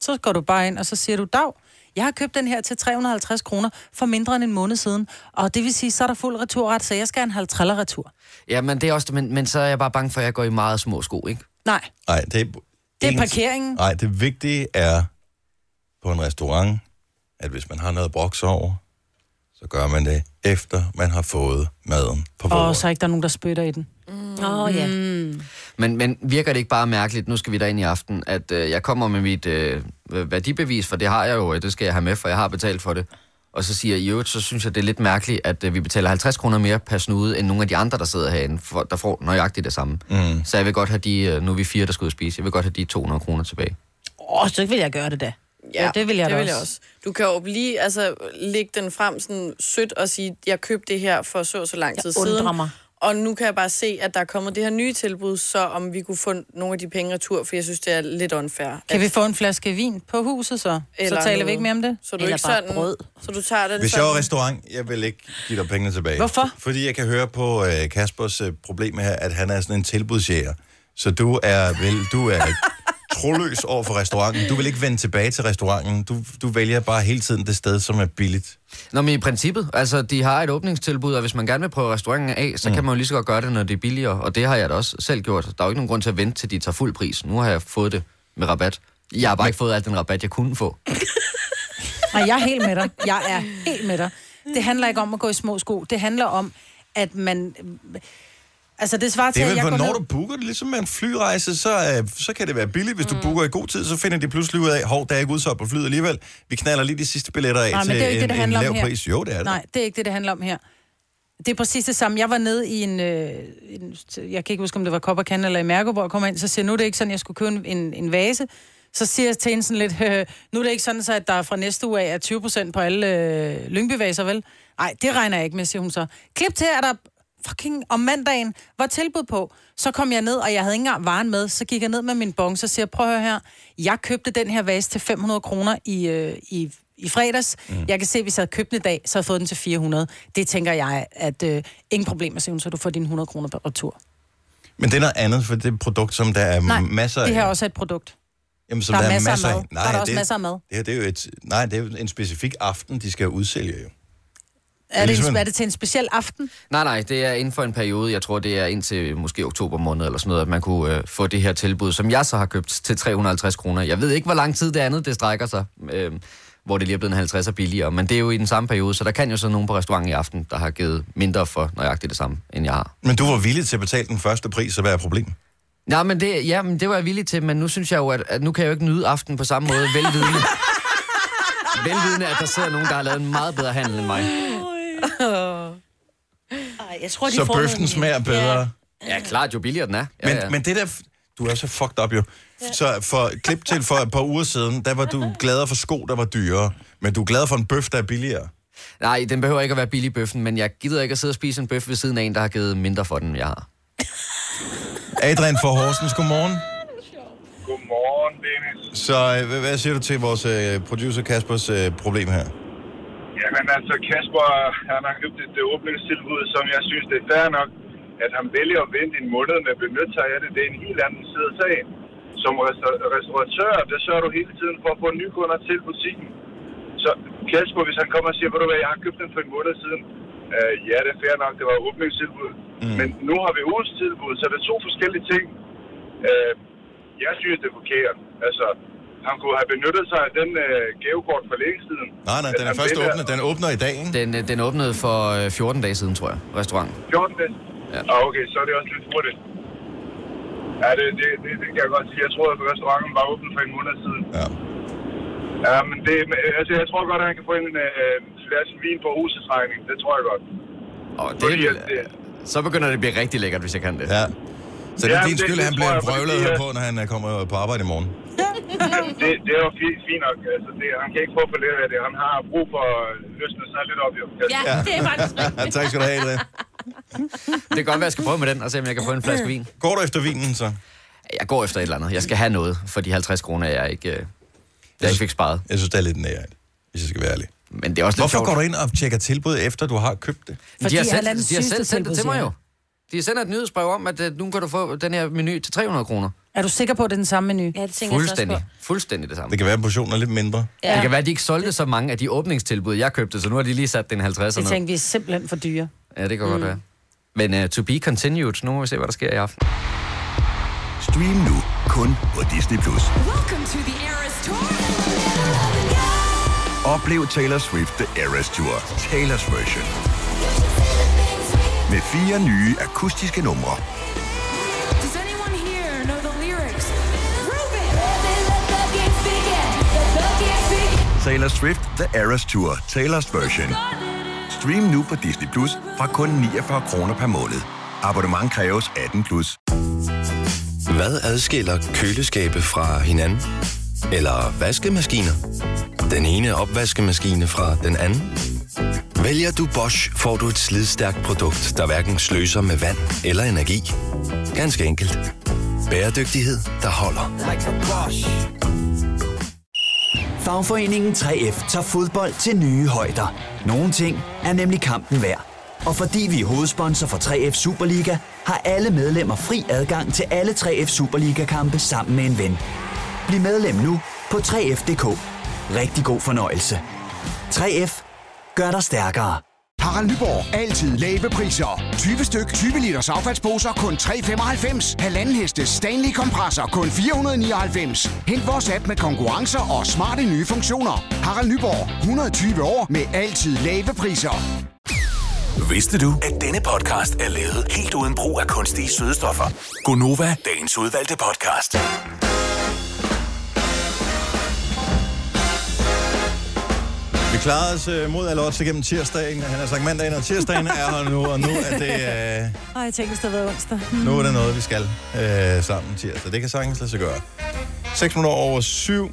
S2: Så går du bare ind, og så siger du, Dag, jeg har købt den her til 350 kroner for mindre end en måned siden. Og det vil sige, så er der fuld returret, så jeg skal have en halv triller retur.
S6: Ja, men, det er også, det, men, men så er jeg bare bange for, at jeg går i meget små sko, ikke?
S2: Nej,
S1: Nej, det er...
S2: det er parkeringen.
S1: Nej, det vigtige er på en restaurant, at hvis man har noget broks over, så gør man det efter man har fået maden på bordet.
S2: Og så er ikke der nogen, der spytter i den. Mm.
S4: Åh, oh, ja.
S6: Men, men virker det ikke bare mærkeligt, nu skal vi derind i aften, at øh, jeg kommer med mit øh, værdibevis, for det har jeg jo, og det skal jeg have med, for jeg har betalt for det. Og så siger jeg, i øvrigt, så synes jeg, det er lidt mærkeligt, at øh, vi betaler 50 kroner mere per snude, end nogle af de andre, der sidder herinde, for, der får nøjagtigt det samme. Mm. Så jeg vil godt have de, øh, nu er vi fire, der skal ud og spise, jeg vil godt have de 200 kroner tilbage.
S2: Åh, så vil jeg gøre det da. Ja, ja det vil jeg
S3: det
S2: da
S3: vil jeg også. Du kan jo lige altså, lægge den frem sådan sødt og sige, jeg købte det her for så og så lang tid
S4: undrer
S3: siden.
S4: mig.
S3: Og nu kan jeg bare se, at der er kommet det her nye tilbud, så om vi kunne få nogle af de penge retur, for jeg synes, det er lidt unfair.
S2: Kan vi få en flaske vin på huset så?
S3: Eller
S2: så taler vi
S3: noget.
S2: ikke mere om det.
S3: Så du
S4: Eller
S3: ikke
S4: bare
S3: sådan,
S4: brød.
S3: Så du tager den
S1: Hvis jeg
S3: sådan,
S1: var restaurant, jeg vil ikke give dig pengene tilbage.
S2: Hvorfor?
S1: Fordi jeg kan høre på øh, Kaspers øh, problem her, at han er sådan en tilbudsjæger. Så du er vel, du er troløs over for restauranten. Du vil ikke vende tilbage til restauranten. Du, du vælger bare hele tiden det sted, som er billigt.
S6: Nå, men i princippet, altså, de har et åbningstilbud, og hvis man gerne vil prøve restauranten af, så mm. kan man jo lige så godt gøre det, når det er billigere, og det har jeg da også selv gjort. Der er jo ikke nogen grund til at vente, til de tager fuld pris. Nu har jeg fået det med rabat. Jeg har bare ikke fået al den rabat, jeg kunne få.
S2: Nej, jeg er helt med dig. Jeg er helt med dig. Det handler ikke om at gå i små sko. Det handler om, at man... Altså, det svarer til,
S1: Det
S2: at
S1: er vel,
S2: jeg går
S1: hvornår
S2: ned...
S1: du booker det. Ligesom med en flyrejse, så, øh, så kan det være billigt. Hvis mm. du booker i god tid, så finder de pludselig ud af, hov, der er ikke udsolgt på flyet alligevel. Vi knaller lige de sidste billetter af
S2: Nej, men
S1: til
S2: det er jo ikke det,
S1: en,
S2: det
S1: en
S2: handler
S1: lav
S2: om her.
S1: pris. Jo, det er det.
S2: Nej, det er ikke det, det handler om her. Det er præcis det samme. Jeg var nede i en, øh, en jeg kan ikke huske, om det var Coppercan eller i Mærko, hvor jeg kom ind, så siger jeg, nu er det ikke sådan, jeg skulle købe en, en, en vase. Så siger jeg til hende sådan lidt, øh, nu er det ikke sådan, så at der fra næste uge af er 20% på alle øh, lyngbyvaser, vel? Nej, det regner jeg ikke med, siger hun så. Klip til, at der fucking om mandagen var tilbud på. Så kom jeg ned, og jeg havde ikke engang varen med. Så gik jeg ned med min bong, så siger jeg, prøv at høre her. Jeg købte den her vase til 500 kroner i, øh, i, i fredags. Mm. Jeg kan se, at hvis jeg havde købt den i dag, så havde jeg fået den til 400. Det tænker jeg, at øh, ingen problemer, siger hun, så du får dine 100 kroner på retur.
S1: Men det er noget andet, for det er et produkt, som der er
S2: Nej,
S1: masser af.
S2: det her Altså, øh, er også et produkt.
S1: Jamen, som
S2: Der
S1: der,
S2: er
S1: er
S2: masser af
S1: masser
S2: mad.
S1: Nej,
S2: Der er der også
S1: det,
S2: masser af mad.
S1: Det her, det er jo et, nej, det er jo en specifik aften, de skal udsælge jo.
S2: Er det,
S1: ligesom
S2: en,
S1: en-
S2: er det til en speciel aften?
S6: Nej, nej, det er inden for en periode, jeg tror, det er indtil måske oktober måned eller sådan noget, at man kunne øh, få det her tilbud, som jeg så har købt til 350 kroner. Jeg ved ikke, hvor lang tid det andet, det strækker sig, øh, hvor det lige er blevet en 50 billigere, men det er jo i den samme periode, så der kan jo så nogen på restauranten i aften, der har givet mindre for nøjagtigt det samme, end jeg har.
S1: Men du var villig til at betale den første pris, så hvad er problemet?
S6: Nej, men det, ja, men det var jeg villig til, men nu synes jeg jo, at, at nu kan jeg jo ikke nyde aften på samme måde, velvidende. velvidende, at der sidder nogen, der har lavet en meget bedre handel end mig.
S4: Ej, jeg tror, de
S1: Så
S4: får
S1: bøften
S4: nogle-
S1: smager bedre.
S6: Ja, klart, jo billigere den er. Ja,
S1: Men,
S6: ja.
S1: men det der... Du er så fucked up jo. Så for klip til for et par uger siden, der var du gladere for sko, der var dyrere. Men du er glad for en bøf, der er billigere.
S6: Nej, den behøver ikke at være billig bøffen, men jeg gider ikke at sidde og spise en bøf ved siden af en, der har givet mindre for den, end jeg har.
S1: Adrian fra Horsens, godmorgen.
S7: Godmorgen, Dennis.
S1: Så øh, hvad- hvad siger du til vores øh, producer Kaspers øh, problem her?
S7: Jamen altså, Kasper, han har købt et øh, åbningstilbud, som jeg synes, det er fair nok, at han vælger at vente en måned med at benytte sig af det. Det er en helt anden side af sagen. Som resta- restauratør, der sørger du hele tiden for at få nye kunder til butikken. Så Kasper, hvis han kommer og siger, ved du hvad, jeg har købt den for en måned siden, øh, ja, det er fair nok, det var åbningstilbud. Mm. Men nu har vi ugens tilbud, så det er to forskellige ting. Øh, jeg synes, det er forkert. Altså, han kunne have benyttet sig af den øh, gavekort for længe siden. Altså,
S1: Nej, Ah, nej,
S7: Men
S1: den er
S7: han
S1: først
S7: vælger-
S1: åbnet. Den åbner i dag, ikke?
S6: Den, øh, den åbnede for øh, 14 dage siden, tror jeg, restaurant.
S7: 14.
S6: Ja.
S7: Ja. Ah, okay, så er det også lidt hurtigt. Ja, det, det, det, det kan jeg godt sige. Jeg troede, at restauranten var åben for en måned siden.
S1: Ja.
S7: Ja, men det, altså, jeg tror godt, at han kan få en øh, flaske vin på husets regning. Det tror jeg godt.
S6: Og det,
S7: Fordi
S6: vil-
S7: at det-
S6: så begynder det at blive rigtig lækkert, hvis jeg kan det.
S1: ja. Så det er
S7: Ja,
S1: din
S7: det-
S1: skyld,
S7: det
S1: at han
S7: tror
S1: bliver
S7: jeg,
S1: en
S7: fordi
S1: vrøvler
S7: det er-
S1: på, når han øh, kommer på arbejde i
S6: Altså,
S1: morgen.
S7: Jamen, det, det er jo fi- fint nok. Altså, det, han kan ikke få for lidt af det. Han har brug for øh, at løsne sig lidt op, jo.
S4: Ja,
S1: Ja.
S4: det er faktisk rigtigt.
S1: Ja, tak skal du have, Adrian.
S6: Det kan godt være, jeg skal prøve med den, og se, om jeg kan
S4: Mm.
S6: få en flaske vin.
S1: Går du efter vinen, så?
S6: Jeg går efter et eller andet. Jeg skal have noget for de 50 kroner, jeg ikke, øh, jeg ikke fik sparet.
S1: Jeg synes, det er lidt nært, hvis jeg skal være ærlig.
S6: Men det er også lidt
S1: Hvorfor går
S6: sjovt.
S1: du ind og tjekker tilbud, efter du har købt det?
S6: de har
S2: Fordi
S6: sendt,
S2: Hallandens
S6: de har
S2: sidste
S6: selv sendt det til
S2: tilbud,
S6: mig
S2: siger
S6: jo. De sender et nyhedsbrev om, at øh, nu kan du få den her menu til 300 kroner.
S2: Er du sikker på, at det er den samme menu?
S4: Ja, det tænker
S6: Fuldstændig.
S4: jeg så også
S6: Fuldstændig det samme.
S1: Det kan være, at portionen er lidt mindre.
S4: på.
S6: Ja.
S4: Ja.
S6: Det kan være, at de ikke solgte så mange af de åbningstilbud, jeg købte, så nu har de lige sat den 50'er
S2: Det
S6: ned.
S2: tænker vi er simpelthen for dyre.
S6: Ja, det kan mm. godt være. Men uh, to be continued. Nu må vi se, hvad der sker i aften.
S5: Stream nu kun på Disney+. Plus.
S8: Welcome to the Eras Tour.
S5: Oplev Taylor Swift The Eras Tour, Taylor's version. Med fire nye akustiske numre.
S8: Does anyone here know the lyrics?
S5: Taylor Swift The Eras Tour, Taylor's version. Stream nu på Disney Plus fra kun 49 kroner per måned. Abonnement kræves 18 plus.
S9: Hvad adskiller køleskabe fra hinanden? Eller vaskemaskiner? Den ene opvaskemaskine fra den anden? Vælger du Bosch, får du et slidstærkt produkt, der hverken sløser med vand eller energi. Ganske enkelt. Bæredygtighed, der holder.
S10: Fagforeningen 3F tager fodbold til nye højder. Nogle ting er nemlig kampen værd. Og fordi vi er hovedsponsor for 3F Superliga, har alle medlemmer fri adgang til alle 3F Superliga-kampe sammen med en ven. Bliv medlem nu på 3F.dk. Rigtig god fornøjelse. 3F gør dig stærkere.
S11: Harald Nyborg. Altid lave priser. 20 styk, 20 liters affaldsposer kun 3,95. Halvanden heste Stanley kompresser kun 499. Hent vores app med konkurrencer og smarte nye funktioner. Harald Nyborg. 120 år med altid lave priser.
S5: Vidste du, at denne podcast er lavet helt uden brug af kunstige sødestoffer? Gonova, dagens udvalgte podcast.
S1: Vi klarede os øh, mod alle odds igennem tirsdagen. Han har sagt mandagen, og tirsdagen er her nu, og nu er det, øh,
S2: Ej, jeg tænker, hvis det havde været onsdag.
S1: nu er det noget, vi skal øh, sammen tirsdag. Det kan sagtens lade sig gøre. 6 minutter over 7.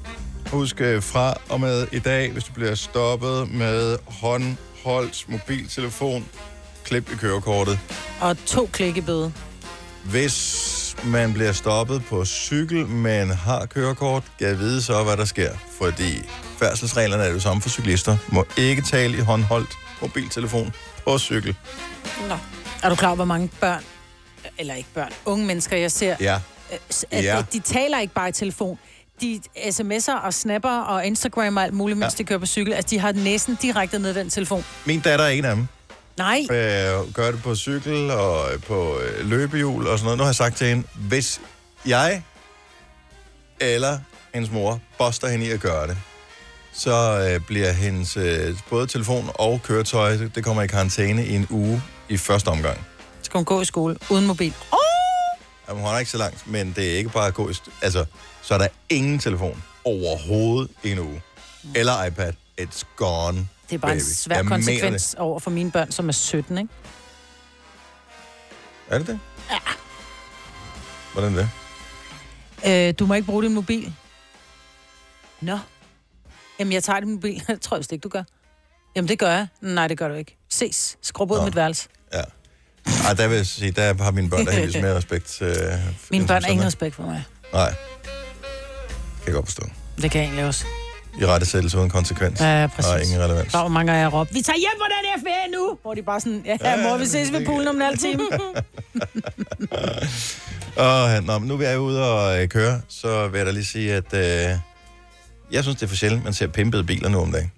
S1: Husk øh, fra og med i dag, hvis du bliver stoppet med håndholdt mobiltelefon, klip i kørekortet.
S2: Og to klikkebøde.
S1: Hvis man bliver stoppet på cykel, men har kørekort, kan jeg vide så, hvad der sker. Fordi færdselsreglerne er jo samme for cyklister. Må ikke tale i håndholdt mobiltelefon på cykel.
S3: Nå.
S2: Er du klar over, hvor mange børn, eller ikke børn, unge mennesker, jeg ser,
S1: Ja.
S2: øh, s- at
S1: Ja.
S2: ja. de taler ikke bare i telefon. De sms'er og snapper og Instagram og alt muligt, mens
S1: Ja.
S2: ja. de kører på cykel. Altså, de har næsen direkte ned i den telefon.
S1: Min datter er en af dem.
S2: Nej,
S1: Øh, gør det på cykel og øh, på øh, løbehjul og sådan noget. Nu har jeg sagt til hende, hvis jeg eller hendes mor boster hende i at gøre det, så øh, bliver hendes øh, både telefon og køretøj, det det kommer i karantæne i en uge i første omgang.
S2: skal hun gå i skole uden mobil. Oh!
S1: Jamen, hun er ikke så langt, men det er ikke bare at gå i... St- altså, så er der ingen telefon overhovedet i en uge. Eller iPad. It's gone,
S2: Mm. Det er bare
S1: baby.
S2: en svær
S1: Jeg mener det.
S2: konsekvens over for mine børn, som er 17, ikke?
S1: Er det det? Ja. Hvordan det?
S2: Øh, du må ikke bruge din mobil. Nå. Jamen, jeg tager din mobil. Det tror jeg vist ikke, du gør. Jamen, det gør jeg. Nej, det gør du ikke. Ses. Skrub ud af mit værelse.
S1: Ja. Ej, der vil jeg sige, der har mine børn der heldigvis mere respekt. Øh, for
S2: Mine børn
S1: dem, som
S2: har ingen
S1: sådan
S2: respekt for mig.
S1: er. Nej. Det kan jeg godt forstå.
S2: Det kan jeg egentlig også.
S1: I rette sættelse uden konsekvens.
S2: Ja, præcis.
S1: Og ingen relevans.
S2: Der var mange gange, jeg råbte, vi tager hjem på den her ferie nu! Hvor de bare sådan, ja,
S1: Ja,
S2: ja
S1: ja,
S2: mor, vi ses ved
S1: det-
S2: poolen om en halv time.
S1: Og, nå, men nu er jeg ude og øh, køre, så vil jeg da lige sige, at øh, jeg synes, det er for sjældent, man ser pimpede biler nu om dagen.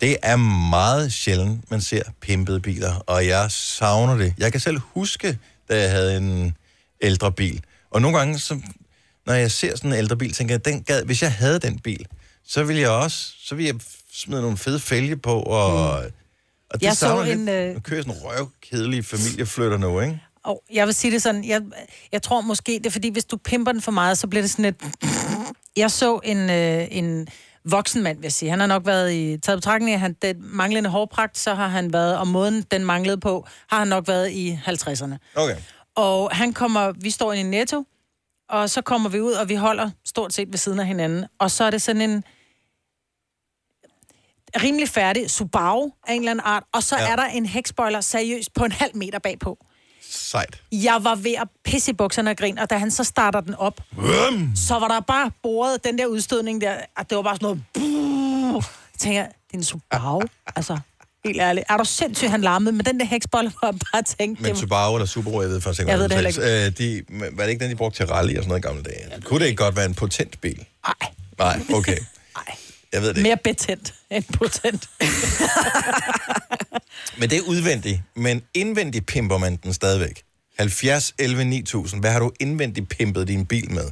S1: Det er meget sjældent, man ser pimpede biler, og jeg savner det. Jeg kan selv huske, da jeg havde en ældre bil. Og nogle gange, så, når jeg ser sådan en ældre bil, tænker jeg, den gad, hvis jeg havde den bil, så ville jeg også så ville jeg smide nogle fede fælge på, og, mm. og det
S2: Jeg så
S1: savner jeg
S2: en,
S1: lidt.
S2: øh,
S1: Nu kører jeg sådan en røvkedelig familieflytter nu, ikke?
S2: Og jeg vil sige det sådan, jeg, jeg tror måske, det er fordi, hvis du pimper den for meget, så bliver det sådan et... Jeg så en, øh, en voksen mand, vil jeg sige. Han har nok været i... Taget i betragtning af han, den manglende hårpragt, så har han været... Og måden, den manglede på, har han nok været i 50'erne.
S1: Okay.
S2: Og han kommer, vi står i en netto, og så kommer vi ud, og vi holder stort set ved siden af hinanden. Og så er det sådan en rimelig færdig Subaru af en eller anden art, og så
S1: Ja.
S2: ja. er der en hækspoiler seriøst på en halv meter bagpå.
S1: Sejt.
S2: Jeg var ved at pisse i bukserne og grin, og da han så starter den op,
S1: Vum!
S2: så var der bare boret den der udstødning der, at det var bare sådan noget... Buh! Jeg tænker, det er en Subaru, altså. Helt ærligt. Er du sindssyg, han larmede med den der hæksbold, hvor jeg bare tænkte...
S1: Men
S2: det-
S1: Subaru eller Subaru, jeg ved faktisk ikke,
S2: Jeg
S1: hvad
S2: ved det
S1: det øh, de, men Var det ikke den, de brugte til rally og sådan noget i gamle dage? Kunne det ikke godt være en potent bil?
S2: Nej.
S1: Nej, okay. Jeg ved det ikke.
S2: Mere betændt end potent.
S1: Men det er udvendigt. Men indvendigt pimper man den stadigvæk. 70, 11, 9000. Hvad har du indvendigt pimpet din bil med?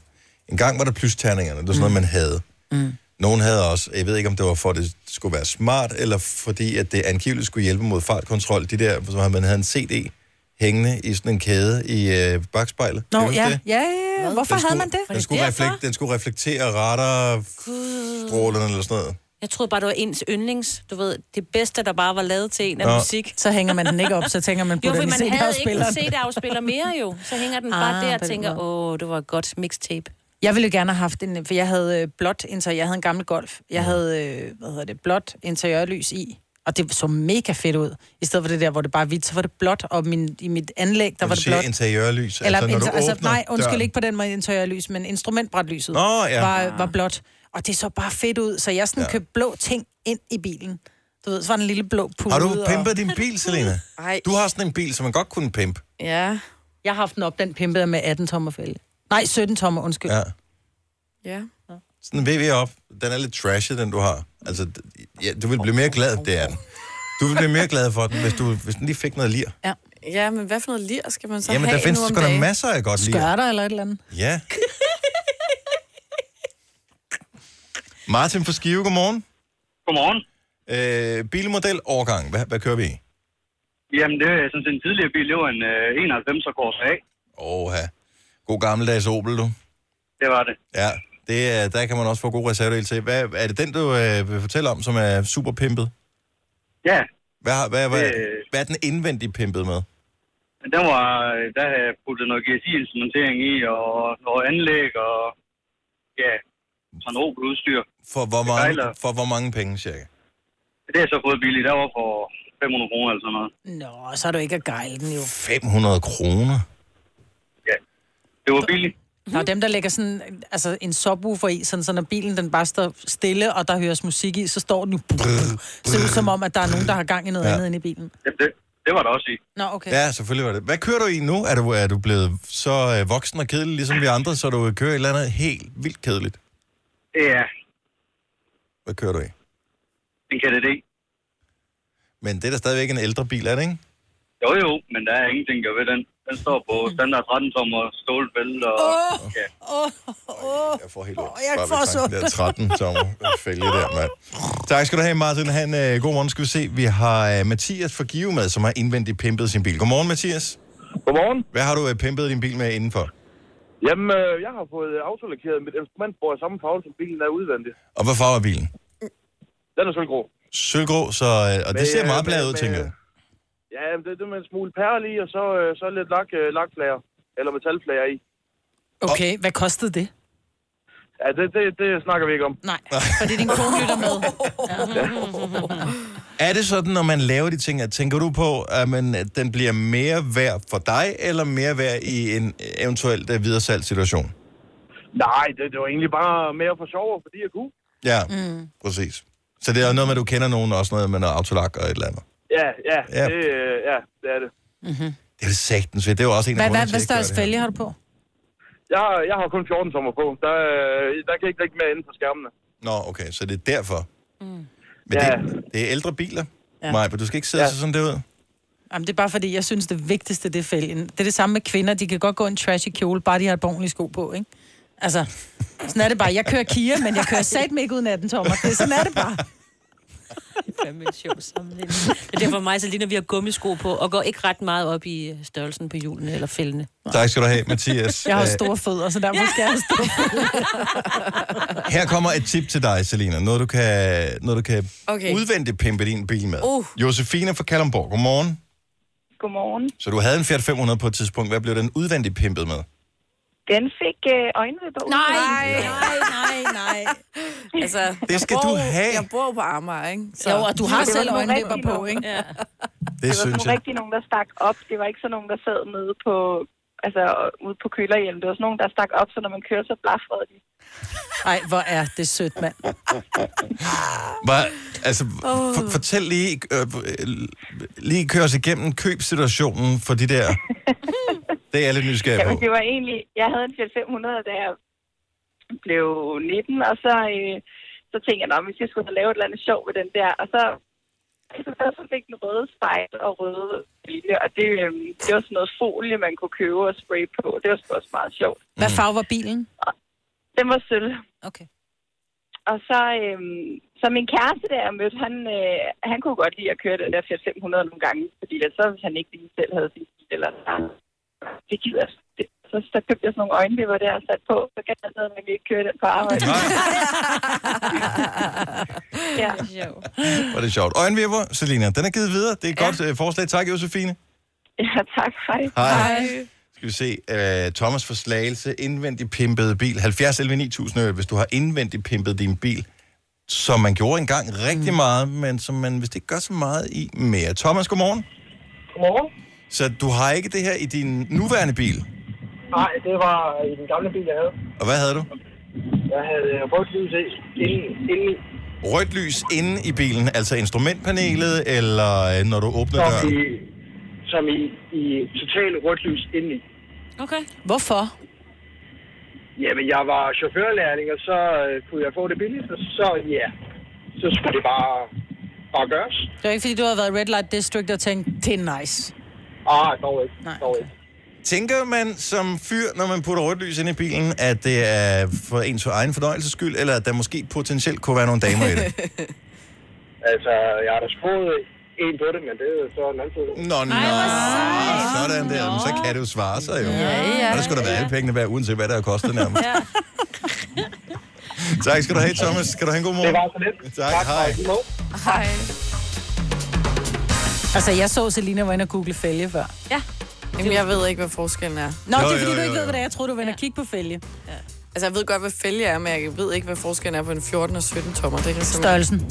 S1: En gang var der plysterningerne. Det var sådan noget, man havde.
S12: Mm.
S1: Nogen havde også, jeg ved ikke om det var for, at det skulle være smart, eller fordi at det angiveligt skulle hjælpe mod fartkontrol. De der, hvor man havde en CD hængende i sådan en kæde i øh, bagspejlet. Kan
S2: Nå,
S1: du huske
S2: ja,
S1: det?
S2: ja, ja, ja. Hvorfor
S1: Den
S2: havde
S1: skulle-
S2: man det?
S1: Den skulle, reflekt, den skulle reflektere radarstrålerne eller sådan noget.
S4: Jeg troede bare, det var ens yndlings. Du ved, det bedste, der bare var lavet til en af
S1: Nå.
S4: musik.
S2: Så hænger man den ikke op, så tænker man på
S4: Jo,
S2: den
S4: fordi
S2: i
S4: man havde ikke en
S2: CD-afspilleren.
S4: CD-afspiller mere jo. Så hænger den bare
S2: Ah,
S4: der
S2: på
S4: og
S2: den
S4: tænker, åh, det var et godt mixtape.
S2: Jeg ville jo gerne have haft en, for jeg havde øh, blåt interiør. Jeg havde en gammel Golf. Jeg havde, øh, hvad hedder det, blåt interiørlys i. Og det så mega fedt ud. I stedet for det der, hvor det bare er hvidt, så var det blåt. Og min, i mit anlæg, der
S1: Når
S2: var
S1: du
S2: det
S1: siger
S2: blåt.
S1: interiørlys,
S2: Eller,
S1: altså når du
S2: inter- altså,
S1: åbner
S2: nej, undskyld
S1: døren.
S2: ikke på den måde interiørlys, men instrumentbrætlyset
S1: Nå, ja.
S2: var, var blåt. Og det så bare fedt ud, så jeg sådan ja. købte blå ting ind i bilen. Du ved, så var den lille blå pude.
S1: Har du
S2: og-
S1: pimpet din bil, Selena?
S3: Nej.
S1: Du har sådan en bil, som man godt kunne pimpe.
S3: Ja.
S2: Jeg har haft den op, den pimpede jeg med 18 tommer fælde. Nej, 17 tommer, undskyld.
S1: Ja.
S3: Ja.
S1: Sådan en VW op. Den er lidt trashy, den du har. Altså, d- ja, du vil blive mere glad, det er den. Du vil blive mere glad for den, hvis, du, hvis den lige fik noget lir.
S2: Ja.
S3: ja, men hvad for noget lir skal man så
S1: Jamen,
S3: have
S1: der findes
S3: nu om
S1: sgu da
S3: dagen?
S1: masser af godt lir.
S2: Skørter eller et eller andet.
S1: Ja. Martin fra Skive, godmorgen.
S13: Godmorgen.
S1: Øh, bilmodel, årgang. Hvad, hvad kører vi i?
S13: Jamen, det er sådan set en tidligere bil. Det var en øh, 91 Corsa A.
S1: Åha. God gammeldags Opel, du.
S13: Det var det.
S1: Ja, det, er- der kan man også få god reservedel til. Hvad, er det den, du øh, vil fortælle om, som er super pimpet?
S13: Ja.
S1: Hvad, har- hvad, hvad,
S13: Øh.
S1: hvad er den indvendigt pimpet med?
S13: Men Den var, øh, der havde jeg puttet noget GSI-instrumentering i, og noget anlæg, og ja, sådan noget udstyr.
S1: For hvor, mange, for hvor mange penge, cirka?
S13: Det har jeg så fået billigt. Der var for 500 kroner eller sådan noget.
S2: Nå, så er du ikke at gejle den jo.
S1: 500 kroner?
S13: Det var billigt.
S2: Der er jo dem, der lægger sådan altså en subwoofer i, sådan, så når bilen den bare står stille, og der høres musik i, så står den jo... Ser ud som om, at der er nogen, der har gang i noget
S1: Ja.
S2: ja. andet end i bilen.
S13: Jamen, det, det var der også i.
S2: Nå, okay.
S1: Ja, selvfølgelig var det. Hvad kører du i nu? Er du, er du blevet så øh, voksen og kedelig, ligesom vi andre, så du kører et eller andet helt vildt kedeligt?
S13: Ja,
S1: Hvad kører du i?
S13: en E. KDD.
S1: Men det er da stadigvæk en ældre bil, er det ikke?
S13: Jo jo, men der er ingenting der ved den. Den står på standard 13 tommer stålfælde og...
S2: Åh!
S13: Ja.
S2: Åh, åh,
S1: Jeg får helt ondt.
S2: jeg
S1: Bare
S2: får
S1: ved
S2: så...
S1: tanken, Der 13 tommer fælge der, mand. Tak skal du have, Martin. Han, øh, god morgen, skal vi se. Vi har øh, Mathias fra Give med, som har indvendigt pimpet sin bil. Godmorgen, Mathias.
S14: Godmorgen.
S1: Hvad har du øh, pimpet din bil med indenfor?
S14: Jamen, øh, jeg har fået autolakeret mit instrument, hvor jeg samme farve som bilen er udvendig.
S1: Og hvad farve er bilen?
S14: Den er sølvgrå.
S1: Sølvgrå, så, øh, og det
S14: Med,
S1: ser
S14: øh,
S1: meget
S14: med-
S1: bladet ud,
S14: med-
S1: tænker jeg.
S14: Ja, jamen, det, det er med en smule perle i, og så, øh, så lidt lak, øh, lakflager, eller metalflager i.
S2: Okay, hvad kostede det?
S14: Ja, det, det, det snakker vi ikke om.
S2: Nej, fordi din kone lytter med.
S1: Er det sådan, når man laver de ting, at tænker du på, at, man, at den bliver mere værd for dig, eller mere værd i en eventuel uh, videresalgssituation?
S14: Nej, det, det var egentlig bare mere for sjov, og fordi jeg kunne.
S1: Ja, mm. præcis. Så det er noget med, at du kender nogen, også noget med noget autolak og et eller andet.
S14: Ja, ja,
S1: Ja.
S14: ja. Det, øh, ja, det er det.
S2: Mm-hmm.
S1: Det er det sagtens ved. Det er jo også en af
S2: Hvad, hvad,
S1: grundene
S2: hvad
S1: til, at jeg
S2: størrelse
S1: gør det
S2: fælge har du på?
S14: Jeg, har- jeg har kun 14 sommer på. Der, øh, der kan ikke lægge mere inde på skærmene.
S1: her. Nå, okay, så det er derfor. Men
S14: Ja.
S1: det, det er ældre biler,
S2: Ja.
S1: ja. Maja, du skal ikke sidde ja. sådan der ud.
S2: Jamen, det er bare fordi, jeg synes, det vigtigste, det er fælgen. Det er det samme med kvinder. De kan godt gå i en trashy kjole, bare de har et par ordentlige sko på, ikke? Altså, sådan er det bare. Jeg kører Kia, men jeg kører satme ikke uden 18 tommer. Det, sådan er det bare.
S4: Fandme en sjov sammenligning. Det er derfor mig, så lige når vi har gummisko på, og går ikke ret meget op i øh, størrelsen på hjulene eller fældene.
S1: Tak skal du have, Mathias.
S2: Jeg har
S1: Øh,
S2: store fødder, så derfor skal jeg have store
S1: Her kommer et tip til dig, Selina. Noget, du kan, noget, du kan
S15: Okay.
S1: okay. udvendigt pimpe din bil med.
S15: Uh.
S1: Josefina fra Kalundborg, godmorgen.
S15: Godmorgen.
S1: Så du havde en Fiat 500 på et tidspunkt. Hvad blev den udvendigt pimpet med?
S15: Den fik øh, øjenvipper
S3: Nej, nej, nej, nej. Altså,
S1: Det skal
S3: jeg
S1: du
S3: bor,
S1: have.
S3: Jeg bor på Amager, ikke?
S2: Jo, og du
S15: Det
S2: har
S15: var
S2: selv
S15: sådan nogle
S2: øjenvipper
S15: rigtige
S2: på,
S15: nogen.
S2: ikke?
S3: Ja.
S15: det
S1: Det
S15: var sådan
S1: synes
S15: nogle
S1: jeg.
S15: rigtig nogen, der stak op. Det var ikke sådan nogen, der sad nede på, altså, ude på kølerhjelm. Det var sådan nogen, der stak op, så når man kører, så blafrede de.
S2: Ej, hvor er det sødt, mand.
S1: Var, altså, for, fortæl lige, øh, lige kør os igennem købsituationen for de der. Det er jeg lidt nysgerrig
S15: Jamen,
S1: på.
S15: det var egentlig... Jeg havde en Fiat 500, da jeg blev 19, og så, øh, så tænkte jeg, "Nå, hvis jeg skulle lave et eller andet sjov ved den der, og så så først så fik den røde spejl og røde linje, og det, øh, det var sådan noget folie, man kunne købe og spraye på. Det var sgu også meget sjovt.
S2: Hvad farve var bilen?
S15: Den var sølv.
S2: Okay.
S15: Og så, øhm, så min kæreste, der jeg mødte, han, øh, han kunne godt lide at køre den der Fiat 500 nogle gange, fordi at så hvis han ikke lige selv havde sin bil, eller sådan. det gider jeg sgu ikke. så, så købte jeg sådan nogle øjenvipper der og sat på, så kan jeg sådan, at man kan ikke køre den på arbejde. ja.
S1: Var det sjovt. Øjenvipper, Selina, den er givet videre. Det er et ja. godt øh, forslag. Tak, Josefine.
S15: ja, tak. Hej.
S1: Hej. Skal vi se. Øh, Thomas for Slagelse, indvendig pimpet bil. 70 11 9000, øh, hvis du har indvendig pimpet din bil. Som man gjorde engang rigtig meget, men som man vist ikke gør så meget i mere. Thomas, godmorgen.
S12: Godmorgen.
S1: Så du har ikke det her i din nuværende bil?
S12: Nej, det var i den gamle bil, jeg havde.
S1: Og hvad havde du?
S12: Jeg havde øh, rødt lys i. Inden, inden
S1: Rødt lys inde i bilen, altså instrumentpanelet, eller øh, når du åbner
S12: som, i,
S1: døren?
S12: som i, i total rødt lys indeni.
S2: Okay. Hvorfor?
S12: Jamen, jeg var chaufførlærling, og så øh, kunne jeg få det billigt, og så ja, så skulle det bare, bare gøres.
S2: Det var ikke, fordi du havde været i Red Light District og tænkt, det er nice.
S12: Ah, dog ikke.
S2: Nej.
S12: Dog ikke.
S1: Tænker man som fyr, når man putter rødt lys ind i bilen, at det er for ens egen fornøjelses skyld, eller at der måske potentielt kunne være nogle damer i det?
S12: Altså, jeg har da spurgt en på det, men det er jo så en anden side.
S1: Nå, nej. Ah, Sådan der, men så kan det jo svare sig jo.
S12: Ja, ja,
S1: Og der skulle da være alle pengene værd, uanset hvad det har kostet nærmest. tak skal du have, Thomas. Skal du have en god morgen?
S12: Det var så lidt.
S1: Tak, tak hej.
S2: Hej. Altså, jeg så Selina var inde og google fælge før.
S3: Ja. Jamen, jeg ved ikke, hvad forskellen er.
S2: Nå, det er fordi, du ikke ved, hvad det er. Jeg troede, du var inde og kigge på fælge.
S3: Altså, jeg ved godt, hvad fælge er, men jeg ved ikke, hvad forskellen er på en 14 og 17 tommer. Det kan jeg simpelthen-
S2: Størrelsen.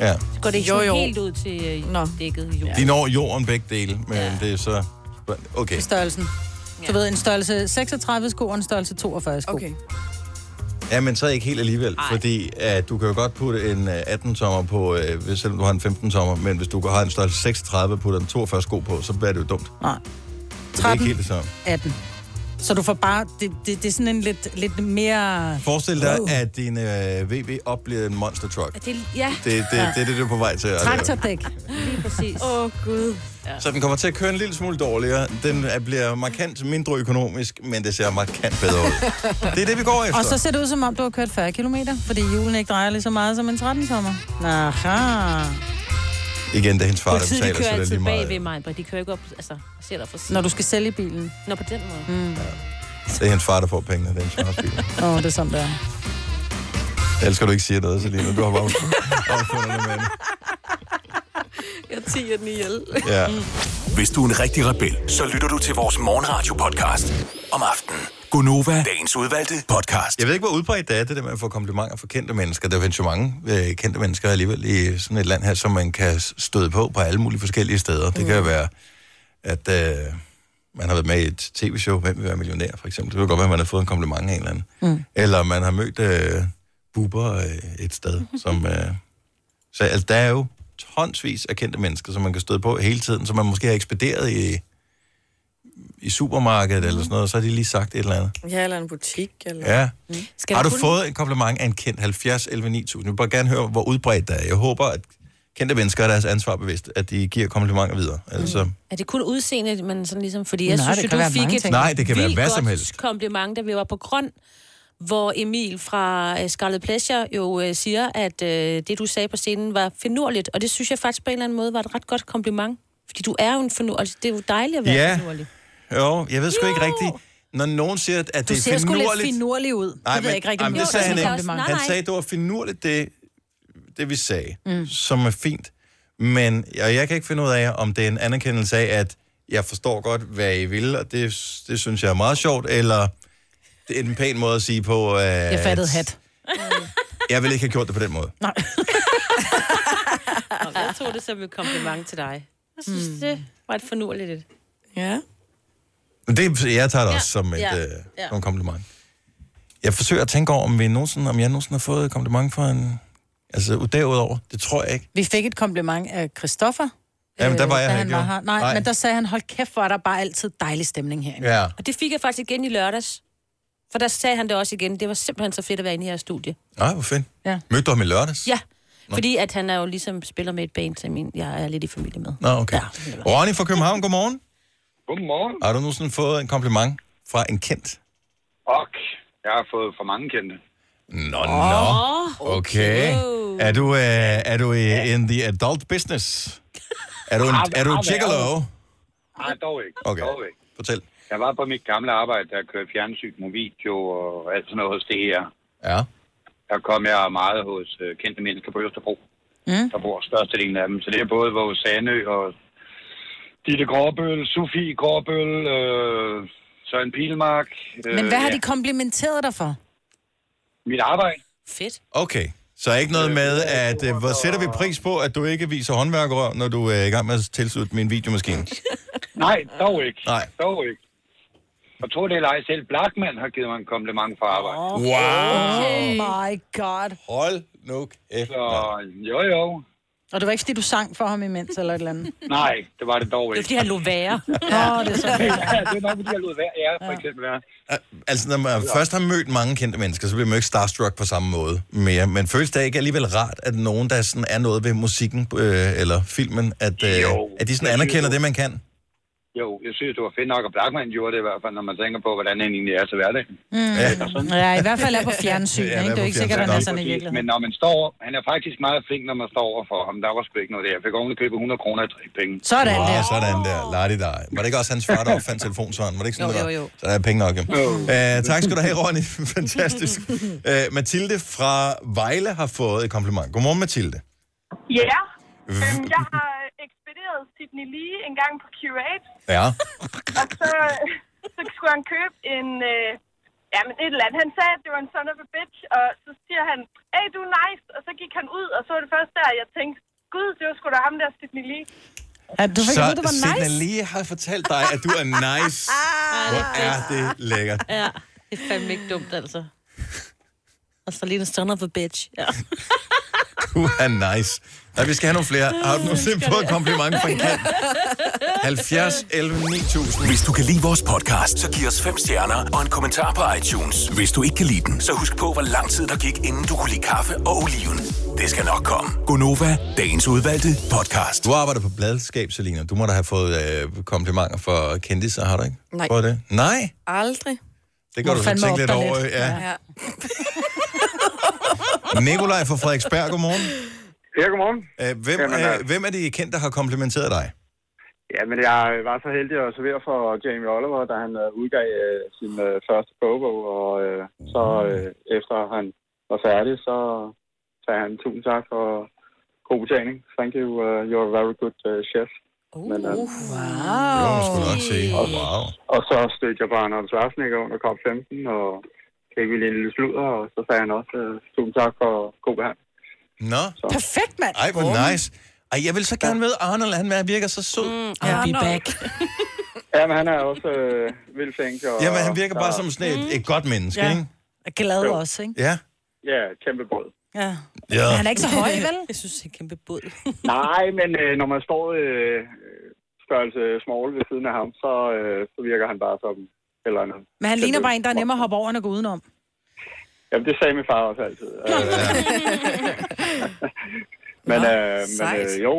S1: Ja.
S4: Går det ikke jo, jo. helt ud til øh, dækket jord?
S1: De når jorden begge dele, men det er så... Okay.
S2: Størrelsen. Du ved, en størrelse 36 sko og en størrelse 42 sko. Okay.
S1: Ja, men så ikke helt alligevel, Ej. fordi at du kan jo godt putte en 18-tommer på, øh, hvis- selvom du har en 15-tommer, men hvis du har en størrelse 36 og putter en 42 sko på, så bliver det jo dumt.
S2: Nej.
S1: Så det er ikke
S2: 13.
S1: helt det samme.
S2: 18. Så du får bare... Det, det, det er sådan en lidt, lidt mere...
S1: Forestil dig,
S2: Wow.
S1: at din øh, VW op bliver en monster truck. Det,
S4: Det, ja.
S1: det, det, det er det, du er på vej til. at-
S2: Traktordæk.
S4: Lige præcis.
S3: Åh, oh, Gud. Ja.
S1: Så den kommer til at køre en lille smule dårligere. Den er- bliver markant mindre økonomisk, men det ser markant bedre ud. Det er det, vi går efter.
S2: Og så ser det ud, som om du har kørt 40 km, fordi julen ikke drejer lige så meget som en 13-sommer. Aha.
S1: Igen, det er hendes far, der
S4: Politiet, de
S1: betaler,
S4: kører
S1: så det er
S4: altid
S1: lige
S4: bag
S1: meget.
S4: ved mig, Britt. de kører ikke op, altså, ser dig for siden.
S2: Når du skal sælge bilen.
S4: Nå, på den måde. Mm.
S1: Det er hendes far, der får pengene. Det er hendes fars bil.
S2: Åh, oh, det er sådan, der.
S1: Jeg elsker, at du ikke siger noget, Selina. Du har bare opfundet det med det.
S3: Jeg Mm. tiger den ihjel.
S1: Ja.
S16: Hvis du er en rigtig rebel, så lytter du til vores morgenradio-podcast om aftenen. Gunova, dagens udvalgte podcast.
S1: Jeg ved ikke, hvor udbredt det er, det der med at få komplimenter fra kendte mennesker. Der findes jo mange øh, kendte mennesker alligevel i sådan et land her, som man kan støde på på alle mulige forskellige steder. Det kan jo være, at øh, man har været med i et tv-show, Hvem vil være millionær, for eksempel. Det kan jo godt være, at man har fået en kompliment af en eller anden. Mm. Eller man har mødt øh, buber øh, et sted, som... Øh, så altså, der er jo tonsvis af kendte mennesker, som man kan støde på hele tiden, som man måske har ekspederet i, i supermarkedet eller sådan noget, og så har de lige sagt et eller andet.
S3: Ja, eller en butik, eller...
S1: Ja.
S3: Mm.
S1: Skal har du fået en kompliment af en kendt 70 11 9000? Jeg vil bare gerne høre, hvor udbredt det er. Jeg håber, at kendte mennesker er deres ansvar bevidst, at de giver komplimenter videre.
S2: Mm.
S1: Altså,
S4: Er det kun udseende, man sådan ligesom... Fordi jeg
S1: Nej,
S4: Nej,
S1: det
S4: synes,
S1: kan
S4: jo, du
S1: være
S4: fik
S1: mange
S4: et
S1: ting. Nej, det kan være
S4: vildt
S1: hvad
S4: godt
S1: som helst.
S4: kompliment, da vi var på Grøn, hvor Emil fra øh, Scarlet Pleasure jo øh, siger, at øh, det, du sagde på scenen, var finurligt. Og det synes jeg faktisk på en eller anden måde var et ret godt kompliment. Fordi du er jo en finurlig... Altså, det er jo dejligt at være
S1: Ja.
S4: finurlig.
S1: jo, jeg ved sgu ikke rigtigt. Når nogen siger, at det
S2: Du ser
S1: er
S2: sgu lidt
S1: finurligt...
S2: finurlig ud.
S1: Nej,
S2: det ved
S1: men,
S2: jeg ikke rigtig.
S1: nej, men
S2: om
S1: det
S2: er
S1: sagde
S2: et
S1: han ikke.
S2: kompliment.
S1: Han sagde, at det var finurligt, det, det vi sagde, mm. som er fint. Men og jeg kan ikke finde ud af, om det er en anerkendelse af, at jeg forstår godt, hvad I vil, og det, det synes jeg er meget sjovt, eller det er en pæn måde at sige på, at
S2: Jeg fattede hat.
S1: jeg ville ikke have gjort det på den måde.
S4: Og jeg tog det som et kompliment til dig. Jeg synes, mm. det var et finurligt et.
S3: Ja.
S1: Men det, jeg tager det også
S4: Ja,
S1: som et
S4: ja,
S1: ja, øh,
S4: ja.
S1: som en kompliment. Jeg forsøger at tænke over, om, vi nogensinde, om jeg nogensinde har fået et kompliment fra en... Altså, derudover, det tror jeg ikke.
S2: Vi fik et kompliment af Christoffer.
S1: Jamen, der var
S2: øh,
S1: jeg
S2: da
S1: her
S2: han
S1: ikke, jo.
S2: var her. Nej,
S1: Nej.
S2: Nej, men der sagde han, hold kæft, hvor er der bare altid dejlig stemning herinde.
S1: Ja.
S4: Og det fik jeg faktisk igen i lørdags. For der sagde han det også igen. Det var simpelthen så fedt at være inde i her studie.
S1: Nej, hvor fedt.
S2: Ja.
S1: Mødte du ham i lørdags?
S4: Ja,
S1: Nå.
S4: fordi at han er jo ligesom spiller med et band, som min- jeg er lidt i familie med.
S1: Nå, okay. Ja, Ronny fra København, godmorgen.
S17: Godmorgen.
S1: Har du nogensinde fået en kompliment fra en kendt?
S17: Og jeg har fået for mange kendte.
S1: Nå, nå. Okay. Er du, øh, er du i, in the adult business? Er du en,
S17: Har-
S1: er du en
S17: har
S1: gigolo?
S17: været. Nej, dog ikke.
S1: Okay.
S17: Dog ikke.
S1: Fortæl.
S17: Jeg var på mit gamle arbejde, der kørte fjernsyn og video og alt sådan noget hos det her.
S1: Ja.
S17: Der kom jeg meget hos øh, kendte mennesker på Østerbro.
S2: Mm.
S17: Der bor størstedelen af dem. Så det er både Våge Sandø og Ditte Gråbøl, Sofie Gråbøl, øh, Søren Pilmark. Øh,
S2: Men hvad har
S17: ja.
S2: de komplimenteret dig for?
S17: Mit arbejde.
S4: Fedt.
S1: Okay. Så ikke noget med, at øh, hvor sætter vi pris på, at du ikke viser håndværkerrør, når du øh, er i gang med at tilslutte min videomaskine?
S17: Nej, dog ikke.
S1: Nej.
S17: Dog ikke. Og tro det eller ej, selv Blackman har givet mig en kompliment for arbejde.
S2: Oh my god.
S1: Hold nu kæft.
S17: Så, jo jo.
S2: Og det var ikke, fordi du sang for ham imens eller et eller andet?
S17: Nej, det var det dog ikke.
S4: Det er fordi, han lå værre.
S2: Nå, det er så fedt.
S17: ja, det er nok, fordi jeg lod være, ja, for eksempel være.
S1: Altså, når man først har mødt mange kendte mennesker, så bliver man jo ikke starstruck på samme måde mere. Men føles det ikke alligevel rart, at nogen, der sådan er noget ved musikken øh, eller filmen, at, øh, at de sådan
S17: Jeg
S1: anerkender
S17: synes,
S1: det, man kan?
S17: Jo, jeg synes, det var fedt nok, at Blackman gjorde det i hvert fald, når man tænker på, hvordan han egentlig er til hverdag.
S2: Mm. Ja. ja, i hvert fald er på fjernsyn. ikke? Det er jo ikke sikkert, at han er sådan i virkeligheden.
S17: Men når man står, han er faktisk meget flink, når man står over for ham. Der var sgu ikke noget der. Jeg fik ordentligt købe 100 kroner i penge.
S2: Sådan
S1: der. Sådan der. Lad der. Var det ikke også hans far, der opfandt telefonsvaren? Var det ikke sådan,
S17: Jo,
S1: det var?
S17: jo, jo.
S1: Så der er penge nok. Øh, tak skal du have, Ronny. Fantastisk. Øh, Mathilde fra Vejle har fået et kompliment. Godmorgen, Mathilde.
S18: Ja, øhm, jeg har ekspederet Sydney Lee en gang på Curate,
S1: Ja.
S18: og så, så skulle han købe en... Øh, jamen, et eller andet. Han sagde, at det var en son of a bitch, og så siger han, hey, du er nice, og så gik han ud, og så var det først der, jeg tænkte, gud, det var sgu da ham der, Sydney Lee.
S2: Ja, du fik
S1: så
S2: at vide, det var nice.
S1: Sidney Lee har fortalt dig, at du er nice. Hvor er det lækkert.
S4: Ja, det er fandme ikke dumt, altså. Og så lige en son of a bitch. Ja.
S1: Du er nice. Nej, vi skal have nogle flere. Har du nogensinde fået et kompliment fra en kendt? 70, 11, 9000.
S16: Hvis du kan lide vores podcast, så giv os fem stjerner og en kommentar på iTunes. Hvis du ikke kan lide den, så husk på, hvor lang tid der gik, inden du kunne lide kaffe og oliven. Det skal nok komme.
S1: Gonova, dagens udvalgte podcast. Du arbejder på bladskab, Selina. Du må da have fået øh, komplimenter for kendtiser, har du ikke?
S3: Nej.
S1: Fået det? Nej,
S3: Aldrig.
S1: det gør du så tænke lidt over. Ja.
S3: ja.
S1: Nikolaj fra Frederiksberg, godmorgen.
S19: Ja, godmorgen.
S1: Øh, hvem,
S19: Jamen,
S1: Jamen,
S19: øh,
S1: øh, hvem er de kendte, der har komplimenteret dig?
S19: Ja, men jeg var så heldig at servere for Jamie Oliver, da han øh, udgav øh, sin øh, første bogbog, og øh, så
S1: Mm.
S19: øh, efter han var færdig, så sagde han tusind tak for god betaling. Thank you, uh, you're a very good uh, chef. Uh, men, uh,
S2: wow.
S1: Det må man sgu nok sige.
S19: Og,
S1: wow.
S19: og så stødte jeg bare Arnold Schwarzenegger under COP15, og fik vi lidt lille sludder, og så sagde han også øh, tusind tak for god behandling.
S1: Nå.
S2: Perfekt, mand.
S1: Ej, hvor nice. Ej, jeg vil så gerne med Arnold. Han er- virker så sød. Mm,
S19: I'll be back. Ja, men han er også øh, vildfænk. Og,
S1: Jamen, han virker bare
S19: og-
S1: som sådan et, et godt menneske,
S2: Mm. Ja.
S1: ikke?
S2: Og glad også, ikke?
S1: Ja.
S19: Ja, kæmpe båd.
S2: Ja.
S1: Ja.
S2: Men Han er ikke så høj, vel?
S4: Jeg synes, det er kæmpe båd.
S19: Nej, men øh, når man står øh, størrelse small ved siden af ham, så, øh, så virker han bare som et eller andet.
S2: Men han ligner bare en, der er nemmere at hoppe over, end at gå udenom.
S19: Jamen, det sagde min far også altid. Øh, men øh, men øh,
S1: sejt.
S19: jo,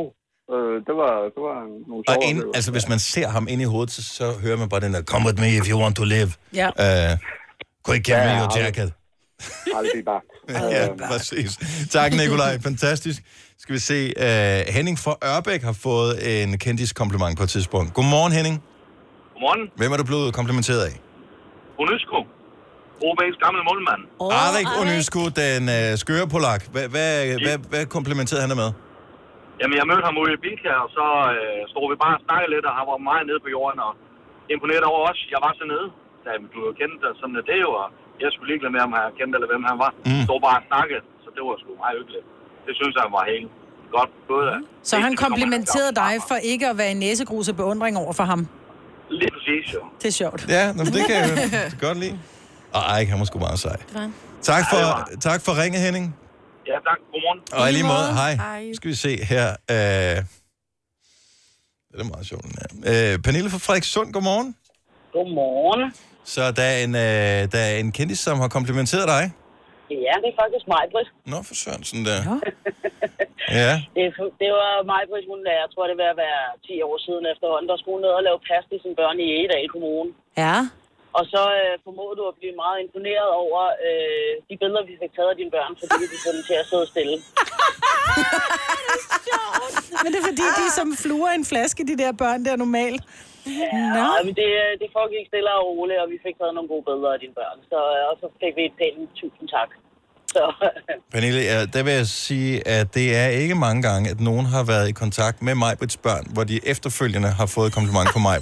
S19: øh, det var, det var nogle
S1: Og
S19: sjove
S1: ind,
S19: oplevelser.
S1: altså, hvis man ser ham ind i hovedet, så, så hører man bare den der, come with me if you want to live.
S2: Ja.
S1: Uh, quick give me
S19: Ja,
S1: your
S19: aldrig.
S1: jacket.
S19: Aldrig bare. Øh,
S1: ja, præcis. Tak, Nikolaj. Fantastisk. Skal vi se. Uh, Henning fra Ørbæk har fået en kendis kompliment på et tidspunkt. Godmorgen, Henning.
S20: Godmorgen.
S1: Hvem er du blevet komplimenteret af?
S20: Onusko. OB's gamle målmand.
S1: Oh, Arik Onysku, den uh, skøre polak. Hvad, hvad, hvad, hvad komplimenterede han dig med?
S20: Jamen, jeg mødte ham ude i Bilka, og så øh, stod vi bare og snakkede lidt, og han var meget nede på jorden, og imponeret over os. Jeg var så nede, da du jo kendte dig som det jo, og jeg skulle ligeglade med, om han kendte eller hvem han var.
S1: Mm.
S20: Mm. Stod bare og snakkede, så det var sgu meget hyggeligt. Det synes jeg var helt godt gået af.
S2: Så han komplimenterede dig for ikke at være en næsegrus af beundring over for ham.
S20: Lige præcis, jo.
S2: Det er sjovt.
S1: Ja, nå, men det kan jeg godt lide. Og Eik, han var sgu meget sej.
S4: Det var han.
S1: Tak
S4: Ja, det
S1: for, tak for ringe, Henning.
S20: Ja, tak. Godmorgen.
S1: Og i lige måde, hej. Nu skal vi se her. Øh, det er meget sjovt, den her. Øh, Pernille fra Frederikssund, godmorgen.
S21: Godmorgen.
S1: Så der er en, øh, der er en kendis, som har komplimenteret dig.
S21: Ja, det er faktisk mig, Britt.
S1: Nå, for Sørensen der. Ja. ja.
S21: Det, er- det var mig, Britt, hun er, jeg tror, det var at være 10 år siden efterhånden, der skulle hun ned og lave pas til sine børn i Egedal Kommune.
S2: Ja.
S21: Og så øh, formåede du at blive meget imponeret over øh, de billeder, vi fik taget af dine børn, fordi vi kunne få dem til at sidde stille.
S2: Men det er fordi, de er som fluer i en flaske, de der børn der normalt. Nå.
S21: Ja, men det, øh, det foregik stille og roligt, og vi fik taget nogle gode billeder af dine børn. Så, øh, og så fik vi et pænt tusind tak. Så
S1: Pernille, ja, der vil jeg sige, at det er ikke mange gange, at nogen har været i kontakt med Majbrits børn, hvor de efterfølgende har fået et kompliment fra mig.
S21: ej,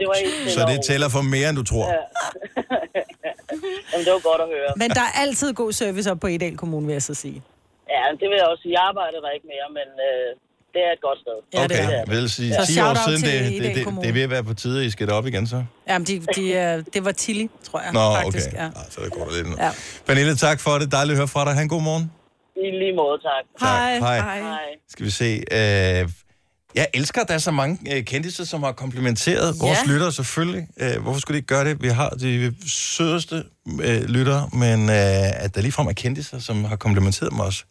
S21: det var helt stille
S1: Så
S21: og
S1: det
S21: roligt.
S1: tæller for mere, end du tror.
S21: Ja. Jamen, det var godt at høre.
S2: Men der er altid god service op på Edal Kommune, vil jeg så sige.
S21: Ja, det vil jeg også sige. Jeg arbejder der ikke mere, men øh, det er et godt sted.
S1: Okay, jeg vil sige,
S2: Så
S1: 10
S2: shout-out
S1: år siden,
S2: til
S1: det,
S2: Egedal
S1: det, det,
S2: Kommune.
S1: det er ved at være på tide, at I skal op igen så.
S2: Jamen, de, de, øh, det var Tilly, tror jeg.
S1: Nå,
S2: faktisk.
S1: okay.
S2: Ja.
S1: Ah, så det går der lidt nu.
S2: Ja.
S1: Pernille, tak for det. Dejligt at høre fra dig. Ha' en god morgen.
S21: I lige måde, tak.
S1: Hej. Hej.
S21: Hej.
S1: Skal vi se. Øh, jeg elsker, at der er så mange øh, kendtiser, som har komplimenteret ja. vores
S21: Ja.
S1: lyttere, selvfølgelig. Øh, hvorfor skulle de ikke gøre det? Vi har de sødeste øh, lyttere, men øh, at der ligefrem er kendtiser, som har komplimenteret dem også.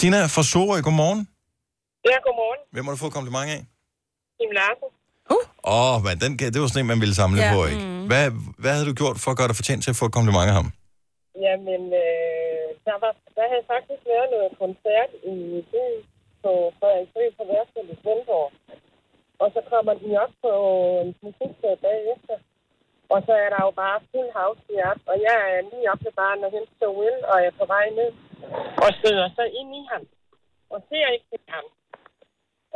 S1: Tina fra Sorø, godmorgen.
S22: Ja, godmorgen.
S1: Hvem har du fået kompliment af?
S22: Kim Larsen.
S1: Åh, oh, den, kan- det var sådan en, man ville samle
S22: Ja.
S1: ja. på, ikke?
S2: Mm.
S22: Mhm.
S1: Hvad, hvad havde du gjort for at gøre dig fortjent til at få et kompliment af ham?
S22: Jamen, øh, der, var, der havde faktisk været noget koncert i byen på Frederiksø på Værsted i Svendborg. Og så kommer den op på en musiksted bagefter. Og så er der jo bare fuld house i op. Og jeg er lige op med barnet og henter Will, og jeg er på vej ned. Og støder så ind i ham. Og ser ikke til ham.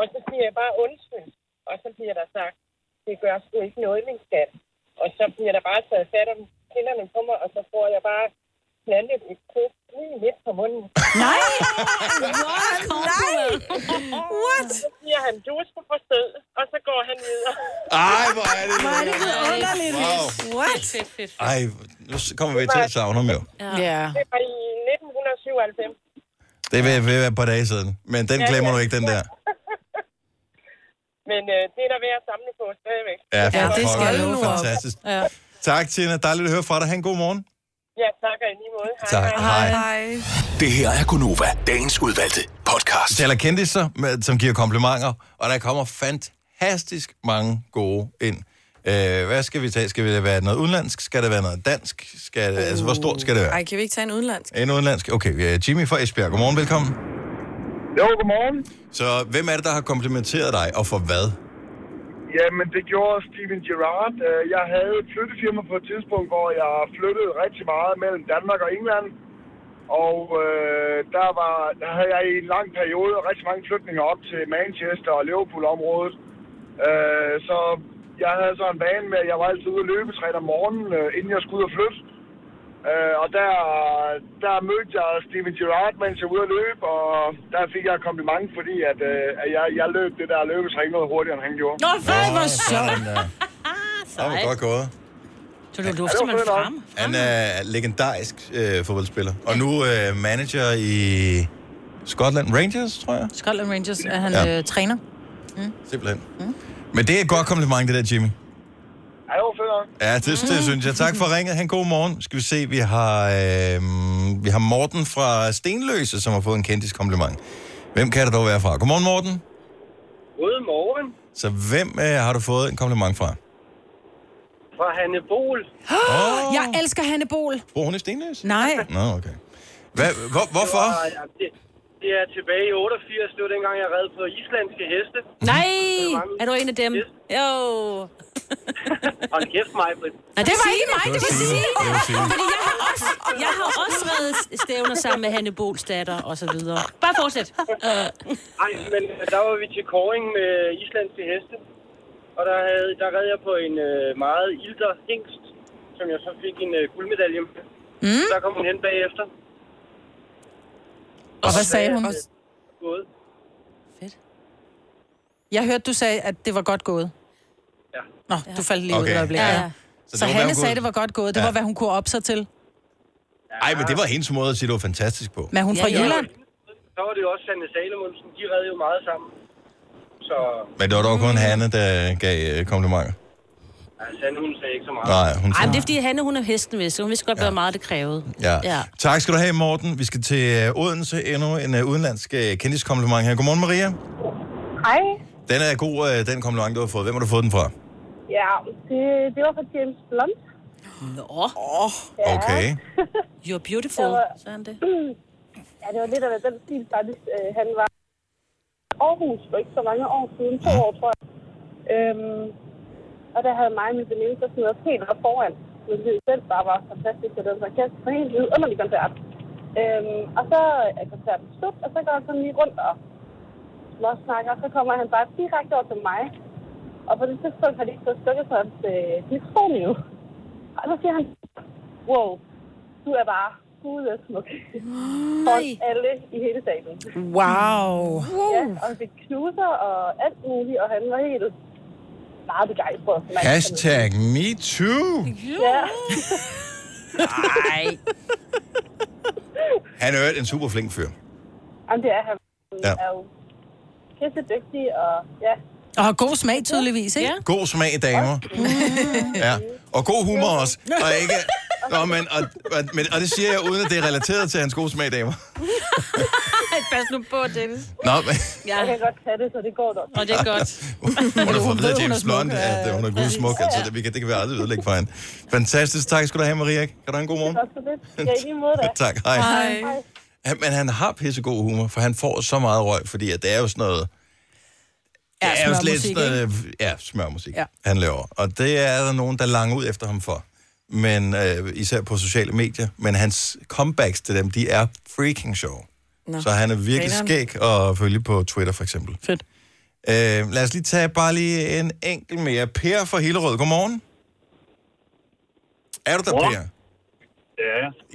S22: Og så siger jeg bare undskyld. Og så bliver der sagt, det gør sgu ikke noget, min skat. Og så bliver der bare taget fat om kinderne på mig, og så får jeg bare plantet et kys lige midt på munden. Nej! What? Nej! What? Så siger han, du er sgu for sød, og så går han videre.
S1: Ej, hvor er det
S22: Hvor er det
S1: vidunderligt. Wow.
S22: What?
S1: Ej, nu kommer vi til at savne ham jo.
S22: Ja. Det var i 1997.
S1: Det vil, vil være et par dage siden. Men den
S22: Ja,
S1: glemmer
S22: ja.
S1: du ikke, den der.
S22: Men øh, det er der ved at samle på stadigvæk.
S1: Ja, for pokker,
S22: skal
S1: det
S22: du
S1: var
S22: op.
S1: fantastisk.
S22: Ja.
S1: Tak, Tina. Dejligt at høre fra dig. Ha' en god morgen.
S22: Ja, tak og i lige måde. Hej.
S1: Tak. Hej.
S16: Det her er Gunova, dagens udvalgte podcast.
S1: Det er kendtiser, med- som giver komplimenter, og der kommer fantastisk mange gode ind. Øh, hvad skal vi tage? Skal det være noget udenlandsk? Skal det være noget dansk? Skal det, altså, hvor stort skal det være?
S3: Ej, kan vi ikke tage en udenlandsk?
S1: En udenlandsk? Okay, øh, Jimmy fra Esbjerg. Godmorgen, velkommen.
S22: Jo, godmorgen.
S1: Så hvem er det, der har komplimenteret dig, og for hvad?
S23: Jamen, det gjorde Steven Gerrard. Øh, Jeg havde et flyttefirma på et tidspunkt, hvor jeg flyttede rigtig meget mellem Danmark og England. Og øh, der, var, der havde jeg i en lang periode rigtig mange flytninger op til Manchester og Liverpool-området. Øh, så jeg havde så en vane med, at jeg var altid ude at løbe træne om morgenen, øh, inden jeg skulle ud og flytte. Øh, og der, der mødte jeg Steven Gerrard, mens jeg var ude at løbe, og der fik jeg et kompliment, fordi at, øh, at jeg, jeg løb det der løbetræning noget hurtigere, end han gjorde.
S2: Nå, fej, hvor sjovt. Ah,
S1: sådan der. Det var godt gået.
S2: Så du lufter man frem.
S1: Han er legendarisk øh, fodboldspiller. Og nu øh, manager i Scotland Rangers, tror jeg.
S2: Scotland Rangers er han
S1: Ja.
S2: ja. øh, træner.
S1: Simpelthen.
S2: Mm.
S1: Men det er et godt kompliment, det der, Jimmy.
S23: Ja, det var fedt nok.
S1: Ja, det,
S2: Mm.
S1: det synes jeg. Tak for ringet. Han god morgen. Skal vi se, vi har, øh, vi har Morten fra Stenløse, som har fået en kendtis kompliment. Hvem kan det dog være fra? Godmorgen, Morten.
S24: Godmorgen
S1: Så hvem øh, har du fået en kompliment fra?
S24: fra Hanne Bol.
S1: Åh.
S2: Jeg elsker Hanne Bol.
S1: Bor hun i Stenløse?
S2: Nej.
S1: Nå, okay. Hvad, hvor, hvorfor?
S24: Det, var, ja, det, det er tilbage i 88, det var dengang, jeg red på islandske heste.
S4: Nej, er du en af dem? Jo.
S24: Og kæft mig, Britt.
S4: Nej, det var ikke mig,
S24: Det var
S4: det var Signe.
S24: Signe. Det var Signe.
S4: Fordi jeg har også, jeg har også reddet stævner sammen med Hanne Bols datter og så videre. Bare fortsæt. Øh.
S24: Nej, men øh, der var vi til koring med islandske heste. Og der, havde, der red jeg på en øh, meget ilter hingst, som jeg så fik en øh, guldmedalje med. Mm. Der kom hun hen bagefter.
S2: Og hvad sagde hun?
S24: Både.
S2: Jeg hørte, du sagde, at det var godt gået.
S24: Ja.
S2: Nå, du faldt lige ud
S1: Okay.
S2: i øjeblikket.
S1: Ja,
S2: Ja,
S1: ja.
S2: ja. Så,
S1: det
S2: så
S1: var, hvad
S2: Hanne
S1: hun
S2: sagde,
S1: kunne-
S2: det var godt gået. Det
S1: Ja.
S2: var, hvad hun kunne op sig til.
S1: Ej, men det var hendes måde at sige, det var fantastisk på.
S2: Men er hun fra Jylland?
S24: Så var det jo også Sanne Salomonsen. De redde jo meget sammen. Så
S1: Men det var dog kun Hanne, der gav øh, komplimenter.
S24: ja, Sanne, hun sagde ikke så meget.
S1: Nej, hun
S4: Ej, men det er fordi Hanne, hun er hesten ved, så hun vidste godt, hvor meget det krævede.
S1: Ja.
S4: ja.
S1: Tak skal du have, Morten. Vi skal til øh, Odense. Endnu en øh, udenlandsk øh, kendiskompliment her. Godmorgen, Maria.
S25: Hej.
S1: Den er god, øh, den kompliment, du har fået. Hvem har du fået den fra?
S25: Ja, det, det var fra James Blunt.
S4: Nå.
S25: Oh, ja.
S1: Okay.
S4: You're beautiful,
S25: Det var-
S4: sagde han det.
S25: ja, det var lidt af den stil faktisk. Øh, han var i Aarhus for ikke så mange år siden, to år tror jeg. Øhm, og der havde mig og min veninde så sådan noget helt op foran. Men det selv bare var fantastisk, og den var kæft på helt vidunderlig koncert. Øhm, og så er koncerten slut, og så går han sådan lige rundt og småsnakker, og så kommer han bare direkte over til mig. Og på det tidspunkt har de ikke fået stukket for hans øh, mikrofon endnu. Og så siger han, wow, du er bare gud og smuk. For alle i hele salen.
S2: Wow.
S25: Ja, og vi knuser og alt muligt, og han var helt meget begejstret. for manden.
S1: Hashtag MeToo.
S25: Ja.
S4: Nej.
S1: Han er jo en super flink fyr.
S25: Jamen, det er han. Han
S1: Ja.
S25: er jo pisse dygtig, og ja.
S2: Og har god smag tydeligvis, ikke? Ja.
S1: God smag, damer. Ja. Og god humor også. Og ikke... Nå, men, og, og, men, og det siger jeg, uden at det er relateret til hans gode smag, damer.
S4: Pas nu på, Dennis.
S1: Nå, men...
S4: Ja.
S25: Jeg kan godt tage det, så det går nok.
S4: Og det er godt.
S1: Hun har fået
S4: Hun
S1: videre
S4: ved, hun er
S1: James
S4: smuk,
S1: Blunt,
S4: ja,
S1: at øh, hun er gud smuk, altså det, vi kan, det kan vi aldrig ødelægge for hende. Fantastisk. Tak skal du have, Maria. Kan du have en god morgen?
S25: Så lidt. Ja, i lige måde da.
S1: Tak, hej. Hej. Ja, men han har pissegod humor, for han får så meget røg, fordi at det er jo sådan noget...
S2: Ja,
S1: det er jo sådan lidt
S2: smørmusik,
S1: sådan noget, ja, smørmusik,
S2: Ja.
S1: ja. han laver. Og det er der nogen, der langer ud efter ham for. Men øh, især på sociale medier. Men hans comebacks til dem, de er freaking sjove.
S3: Nå.
S1: Så han er virkelig
S3: Grineren.
S1: skæg at følge på Twitter, for eksempel.
S2: Fedt.
S1: Øh, lad os lige tage bare lige en enkelt mere. Per fra Hillerød, godmorgen. Er du der,
S12: Godmorgen.
S1: Per?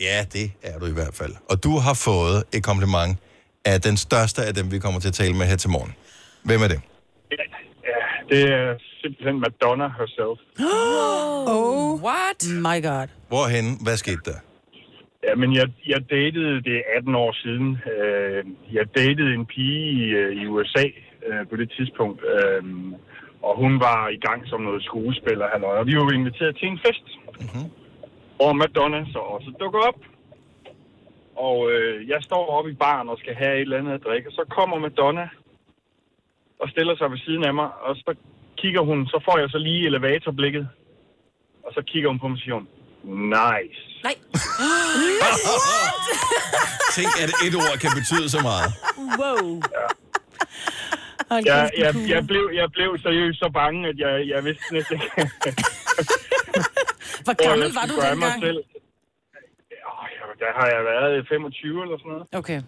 S12: Ja,
S1: Ja, det er du i hvert fald. Og du har fået et kompliment af den største af dem, vi kommer til at tale med her til morgen. Hvem er det?
S12: det er simpelthen Madonna herself.
S1: Mm-hmm.
S2: Oh, what? My God.
S1: Hvorhen? Hvad skete der?
S12: Ja, men jeg, jeg datede, det er 18 år siden, øh, jeg datede en pige i, øh, i USA øh, på det tidspunkt, øh, og hun var i gang som noget skuespiller, halløj, og vi var inviteret til en fest,
S1: mm-hmm.
S12: hvor Madonna så også dukker op. Og øh, jeg står oppe i baren og skal have et eller andet at drikke, og så kommer Madonna og stiller sig ved siden af mig, og så kigger hun, så får jeg så lige elevatorblikket, og så kigger hun på mig og siger, hun, nice.
S4: Nej.
S1: Tænk, at et ord kan betyde så meget.
S4: Wow.
S12: Jeg, jeg, jeg, blev, jeg blev seriøst så bange, at jeg, jeg vidste næsten ikke.
S2: Hvor
S12: gammel
S2: var du dengang?
S12: Der har jeg været 25 eller sådan noget.
S2: Okay.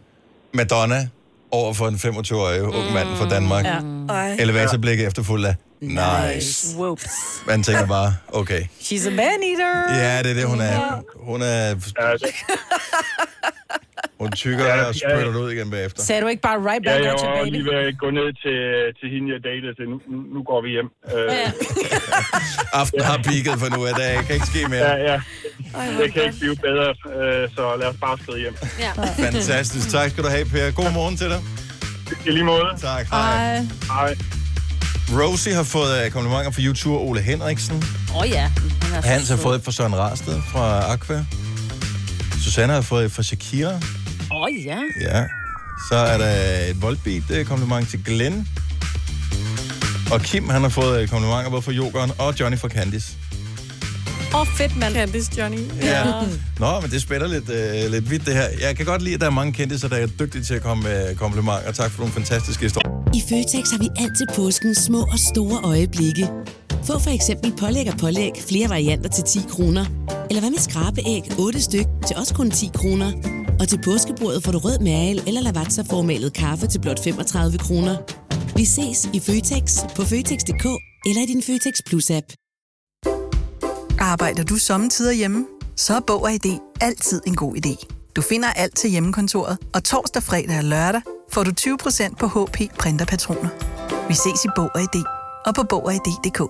S1: Madonna over for en 25-årig ung mand fra Danmark.
S2: Ja.
S1: Mm. Elevatorblikket efterfuldt af, nice.
S2: Whoops.
S1: Man tænker bare, okay.
S2: She's a man-eater.
S1: Ja, det er det, hun er. Hun er... Hun
S12: altså. Ja,
S1: tykker
S12: ja.
S1: og spytter det ud igen bagefter.
S2: Sagde du ikke bare right
S12: Ja,
S2: back
S12: jeg
S2: at your
S12: var
S2: baby?
S12: lige ved at gå ned til, til hende, jeg datede, og sagde, nu, nu- nu går vi hjem. Øh,
S1: Aftenen har peaked for nu af dag. Kan ikke ske mere.
S12: ja, ja. Det kan ikke blive bedre, øh, så lad os bare skride hjem.
S4: Ja.
S1: Fantastisk. Tak skal du have, Per. God morgen til dig.
S12: I lige måde.
S1: Tak. Hej.
S12: Hej.
S1: Rosie har fået øh, komplimenter fra YouTuber Ole Henriksen.
S4: Åh oh, ja. Han er så
S1: Hans har
S4: sød.
S1: fået et fra Søren Rarsted fra Aqua. Susanne har fået et fra Shakira.
S4: Åh oh, ja.
S1: Ja. Så er der et Volbeat øh, kompliment til Glenn. Og Kim, han har fået øh, komplimenter både fra Jokeren og Johnny fra Candice.
S4: Åh, oh, fedt, mand.
S3: Candice Johnny.
S1: Ja. Nå, men det spænder lidt, øh, lidt vidt, det her. Jeg kan godt lide, at der er mange kendte, der er dygtige til at komme med komplimenter. Tak for nogle fantastiske historier.
S8: I Føtex har vi altid påsken små og store øjeblikke. Få for eksempel pålæg og pålæg flere varianter til 10 kroner. Eller hvad med skrabeæg 8 styk til også kun 10 kroner. Og til påskebordet får du rød mal eller lavatserformalet kaffe til blot 35 kroner. Vi ses i Føtex på Føtex.dk eller i din Føtex Plus-app.
S26: Arbejder du sommetider hjemme? Så er Bog og ID altid en god idé. Du finder alt til hjemmekontoret, og torsdag, fredag og lørdag får du 20% på HP Printerpatroner. Vi ses i Bog og ID og på Bog og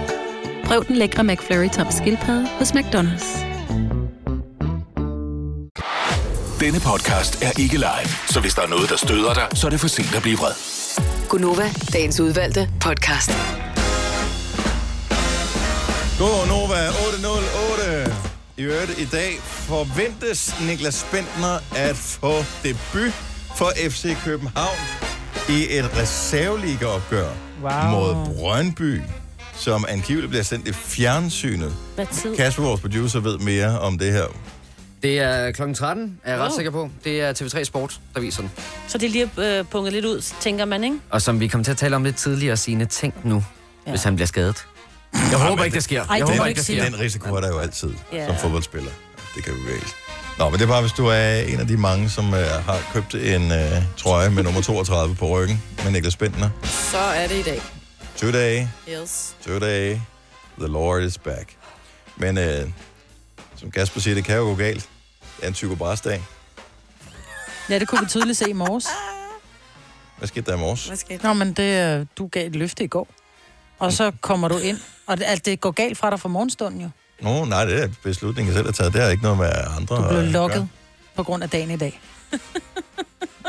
S11: Prøv den lækre McFlurry tom skildpadde hos McDonald's.
S16: Denne podcast er ikke live, så hvis der er noget, der støder dig, så er det for sent at blive vred.
S13: Gunova, dagens udvalgte podcast.
S1: God Nova 808. I øvrigt i dag forventes Niklas Bentner at få debut for FC København i et reserveligaopgør wow. mod Brøndby, som angiveligt bliver sendt i fjernsynet.
S4: Hvad tid?
S1: Kasper, vores producer, ved mere om det her.
S27: Det er klokken 13, er jeg ret
S4: Wow.
S27: sikker på. Det er TV3 Sport, der viser den.
S4: Så det er lige øh, punget lidt ud, tænker man, ikke?
S27: Og som vi kom til at tale om lidt tidligere, Signe, tænk nu, ja. hvis han bliver skadet. Jeg håber ikke, det sker.
S1: Ej,
S27: jeg
S1: den,
S27: håber ikke, det sker.
S1: Den risiko er der jo altid
S27: Ja.
S1: yeah. som fodboldspiller. Det kan vi vel. Nå, men det er bare, hvis du er en af de mange, som øh, har købt en øh, trøje med nummer 32 på ryggen med Niklas Bentner.
S3: Så er det i dag.
S1: Today,
S3: Yes.
S1: today, the Lord is back. Men øh, som Kasper siger, det kan jo gå galt. Det er en type bræsdag.
S2: Ja, det kunne vi tydeligt se i morges.
S1: Hvad skete der i morges?
S2: Nå, men det, øh, du gav et løfte i går. Og så kommer du ind, og det, alt det går galt fra dig fra morgenstunden jo.
S1: Nå, nej, det er en beslutning, jeg selv har taget. Det har ikke noget med andre
S2: Du
S1: at
S2: blev
S1: gøre.
S2: lukket på grund af dagen i dag.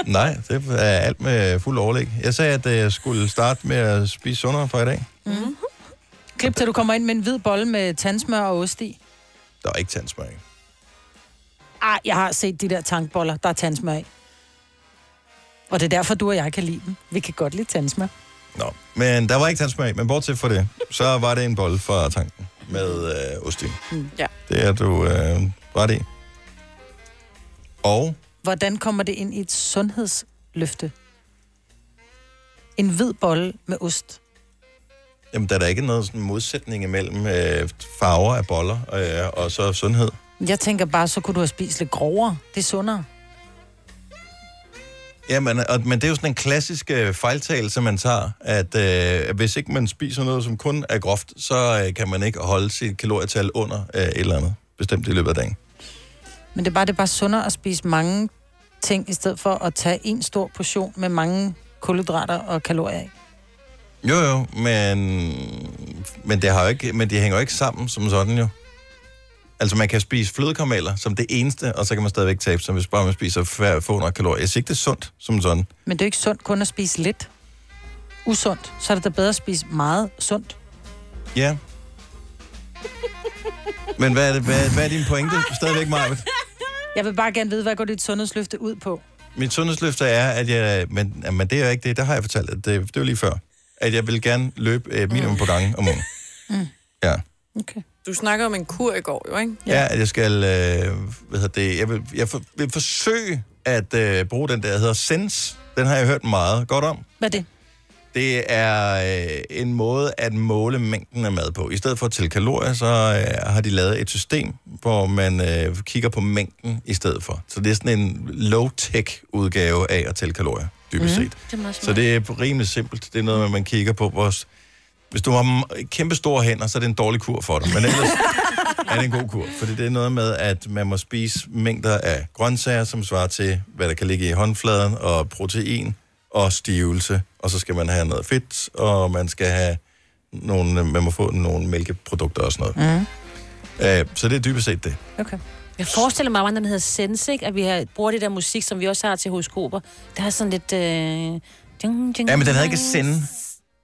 S1: Nej, det er alt med fuld overlæg. Jeg sagde, at øh, jeg skulle starte med at spise sundere fra i dag.
S2: Mm. Klip til, du kommer ind med en hvid bolle med tandsmør og ost i.
S1: Der er ikke tandsmag.
S2: Ah, jeg har set de der tankboller, der er tandsmør i. Og det er derfor, du og jeg kan lide dem. Vi kan godt lide tandsmør.
S1: Nå, men der var ikke tandsmag, men bortset fra det, så var det en bold fra tanken med øh, ost i.
S3: Ja.
S1: Det er du øh, ret i. Og
S2: Hvordan kommer det ind i et sundhedsløfte? En hvid bolle med ost.
S1: jamen, der er der ikke noget sådan modsætning imellem øh, farver af boller øh, og så sundhed.
S2: Jeg tænker bare, så kunne du have spist lidt grovere. Det er sundere.
S1: Jamen, og, men det er jo sådan en klassisk øh, fejltagelse, man tager, at øh, hvis ikke man spiser noget, som kun er groft, så øh, kan man ikke holde sit kalorietal under øh, et eller andet bestemt i løbet af dagen.
S2: Men det er bare, det er bare sundere at spise mange ting, i stedet for at tage en stor portion med mange kulhydrater og kalorier i.
S1: Jo, jo, men, men, det har jo ikke, men de hænger jo ikke sammen som sådan jo. Altså, man kan spise flødekarameller som det eneste, og så kan man stadigvæk tabe sig, hvis bare man spiser færre, få nok kalorier. Jeg siger ikke, det er sundt som sådan.
S2: Men det er jo ikke sundt kun at spise lidt. Usundt. Så er det da bedre at spise meget sundt.
S1: Ja. Men hvad er, det, hvad, hvad er din pointe stadigvæk, Marvitt?
S2: Jeg vil bare gerne vide, hvad går dit sundhedsløfte ud på?
S1: Mit sundhedsløfte er, at jeg... Men, men det er ikke det, der har jeg fortalt, at det, det var lige før. At jeg vil gerne løbe øh, minimum på gange om ugen.
S3: Mm.
S1: Ja.
S3: Du snakker om en kur i går, jo, ikke?
S1: Ja, at jeg skal... Øh, hvad hedder det? Jeg vil, jeg for, vil forsøge at øh, bruge den der, der hedder Sense. Den har jeg hørt meget godt om.
S2: Hvad er det?
S1: Det er øh, en måde at måle mængden af mad på. I stedet for til kalorier, så øh, har de lavet et system, hvor man øh, kigger på mængden i stedet for. Så det er sådan en low-tech udgave af at tælle kalorier, dybest set.
S4: Mhm. Det er meget
S1: Så det er rimelig simpelt. Det er noget, med, man kigger på. Hvor, hvis du har m- kæmpe store hænder, så er det en dårlig kur for dig. Men ellers er det en god kur. Fordi det er noget med, at man må spise mængder af grøntsager, som svarer til, hvad der kan ligge i håndfladen, og protein og stivelse. Og så skal man have noget fedt, og man skal have nogle, man må få nogle mælkeprodukter og sådan noget.
S4: Mm.
S1: Mm. Så det er dybest set det.
S2: Okay.
S4: Jeg forestiller mig, at den hedder Sense, ikke? at vi har, bruger det der musik, som vi også har til horoskoper. Der er sådan lidt... Øh... Ding, ding,
S1: Ja, men den havde ikke sende.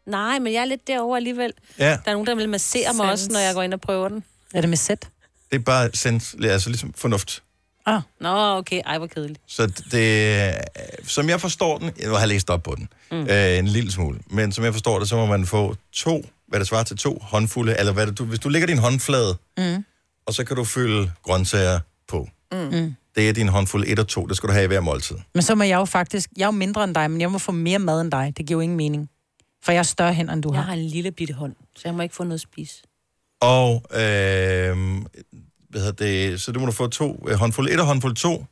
S4: Nej, men jeg er lidt derovre alligevel.
S1: Ja.
S4: Der er nogen, der vil massere mig også, når jeg går ind og prøver den.
S2: Er det med sæt?
S1: Det er bare send, altså ligesom fornuft.
S2: Ah.
S4: Nå, okay. Ej, hvor kedeligt.
S1: Så det, øh, som jeg forstår den, jeg har læst op på den, mm. øh, en lille smule, men som jeg forstår det, så må man få to, hvad der svarer til to håndfulde, eller hvad det, du, hvis du lægger din håndflade,
S2: Mm.
S1: og så kan du fylde grøntsager på.
S2: Mm. Mm.
S1: Det er din håndfulde 1 og 2, det skal du have i hver måltid.
S2: Men så må jeg jo faktisk... Jeg er jo mindre end dig, men jeg må få mere mad end dig. Det giver jo ingen mening. For jeg er større hænder, end du
S4: Jeg
S2: har
S4: har en lille bitte hånd, så jeg må ikke få noget at spise.
S1: Og øh, hvad hedder det, så det må du få to, øh, håndfuld 1 og håndfuld 2.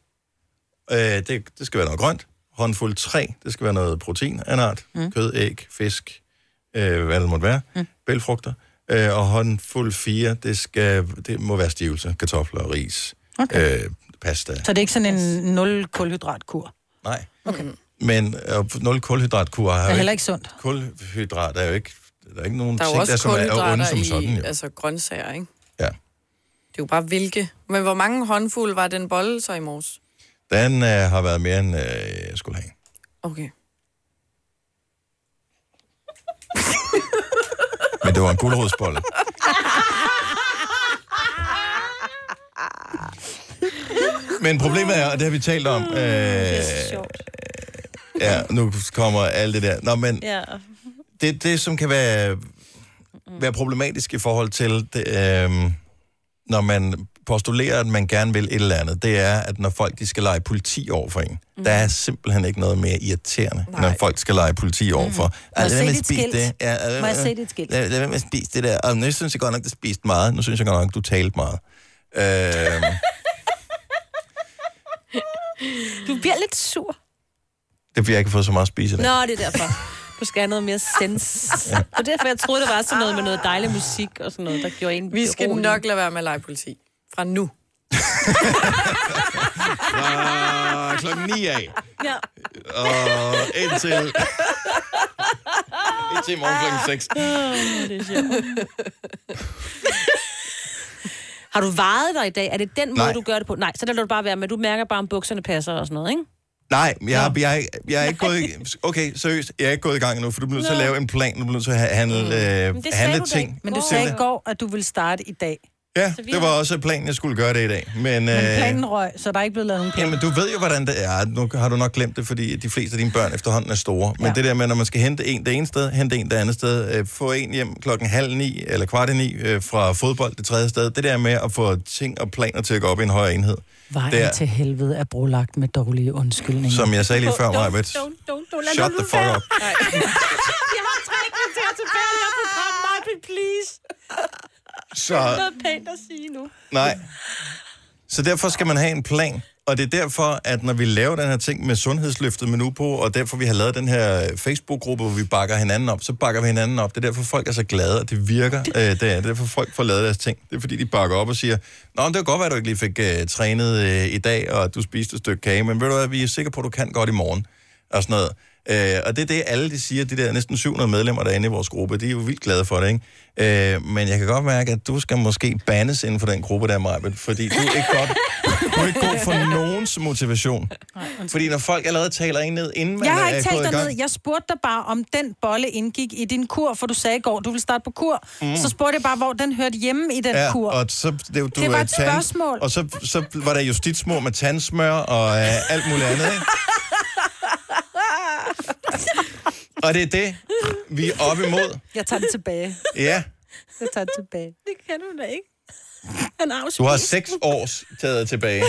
S1: Øh, det, det skal være noget grønt. Håndfuld 3, det skal være noget protein af en art. Mm. Kød, æg, fisk, øh, hvad det måtte være. Mm. Bælfrugter. Øh, og håndfuld 4, det, skal, det må være stivelse, kartofler, ris, okay. øh, pasta.
S2: Så det er ikke sådan en nul kulhydratkur?
S1: Nej.
S2: Okay. Mm.
S1: Men øh, nul kulhydratkur er
S2: Det
S1: jo
S2: er
S1: ikke...
S2: heller ikke sundt.
S1: Kulhydrat er jo ikke... Der er ikke nogen
S3: Der er jo
S1: ting, der,
S3: også
S1: som altså, er onde
S3: kulhydrater
S1: som
S3: i
S1: sådan, jo.
S3: altså, grøntsager, ikke?
S1: Ja.
S3: Det er jo bare hvilke. Men hvor mange håndfulde var den bolle så i morges?
S1: Den øh, har været mere, end øh, jeg skulle have.
S3: Okay.
S1: Men det var en gulerodsbolle. Men problemet er, og det har vi talt
S2: Mm.
S1: om... Øh, det er sjovt. Ja, nu kommer alt det der. Nå, men
S4: Ja.
S1: det, det som kan være, være problematisk i forhold til, det, øh, når man postulerer, at man gerne vil et eller andet, det er, at når folk de skal lege politi over for en, mm. der er simpelthen ikke noget mere irriterende, Nej. når folk skal lege politi over for. Mm.
S2: Må jeg se dit skilt?
S1: øh,
S2: Må jeg se dit skilt?
S1: Lad, lad være med at spise det der. Og nu synes jeg godt nok, det spiste meget. Nu synes jeg godt nok, du talte meget. Øh,
S4: Du bliver lidt sur.
S1: det bliver jeg ikke fået så meget at spise i dag.
S4: Nå, det er derfor. Du skal have noget mere sens. Det var derfor, jeg troede, det var sådan noget med noget dejlig musik og sådan noget, der gjorde en
S3: Vi skal
S4: berolig.
S3: nok lade være med at lege politi. Fra nu.
S1: Fra klokken 9 af.
S4: Ja.
S1: Og indtil... indtil i morgen klokken 6.
S4: det er sjovt. Har du vejet dig i dag? Er det den måde,
S1: Nej.
S4: du gør det på? Nej, så lader du det bare være med. Du mærker bare, om bukserne passer og sådan noget, ikke?
S1: Nej, jeg, har- jeg, er- jeg er ikke gået i, Okay, seriøst, jeg er ikke gået i gang endnu, for du bliver nødt til at
S2: Nå. Mm.
S1: lave en plan, du bliver nødt til at ha- handle, øh, handle ting.
S2: Men du
S1: til
S2: sagde i
S1: det.
S2: går, at du ville starte i dag.
S1: Ja,
S2: Så vi
S1: det
S2: har-
S1: var også planen, jeg skulle gøre det i dag. Men,
S2: Men
S1: øh,
S2: planen røg, så der er ikke blevet lavet nogen plan.
S1: Jamen, du ved jo, hvordan det er. Nu har du nok glemt det, fordi de fleste af dine børn efterhånden er store. Men
S2: Ja.
S1: ja. det der med, når man skal hente en det ene sted, hente en det andet sted, øh, få en hjem klokken halv ni eller kvart i ni øh, fra fodbold det tredje sted, det der med at få ting og planer til at gå op i en højere enhed.
S2: Vejen
S1: det er-
S2: til helvede er brolagt med dårlige undskyldninger.
S1: Som jeg sagde lige før, Majbet. Shut the fuck up.
S4: Jeg har tre kvarter tilbage i det her program, Michael, please.
S1: Så-
S4: Det er noget pænt at sige nu.
S1: Nej. Så derfor skal man have en plan. Og det er derfor, at når vi laver den her ting med sundhedsløftet med Nupo, og derfor vi har lavet den her Facebook-gruppe, hvor vi bakker hinanden op, så bakker vi hinanden op. Det er derfor, folk er så glade, og det virker. Øh, det er det er derfor, folk får lavet deres ting. Det er fordi, de bakker op og siger, Nå, men det kan godt være, at du ikke lige fik øh, trænet øh, i dag, og at du spiste et stykke kage, men ved du hvad, vi er sikre på, at du kan godt i morgen. Og sådan noget. Øh, og det er det, alle de siger, de der næsten 700 medlemmer, der er inde i vores gruppe, de er jo vildt glade for det, ikke? Øh, men jeg kan godt mærke, at du skal måske bandes inden for den gruppe der, Maja, fordi du er ikke godt, du er ikke god for nogens motivation. Fordi når folk allerede taler en ned, inden man
S2: Jeg har
S1: er
S2: ikke talt
S1: øh, gået i
S2: dig
S1: gang,
S2: ned. Jeg spurgte dig bare, om den bolle indgik i din kur, for du sagde i går, du ville starte på kur.
S1: Mm.
S2: Mm. Så spurgte jeg bare, hvor den hørte hjemme i den
S1: ja,
S2: kur.
S1: og så, det, du,
S2: Det var
S1: øh,
S2: et spørgsmål.
S1: Og så, så var der justitsmord med tandsmør og øh, alt muligt andet, ikke? Og det er det, vi er op imod.
S2: Jeg tager den tilbage.
S1: Ja.
S2: Jeg tager den tilbage.
S4: Det kan du da ikke. Han er
S1: Du har seks års taget tilbage.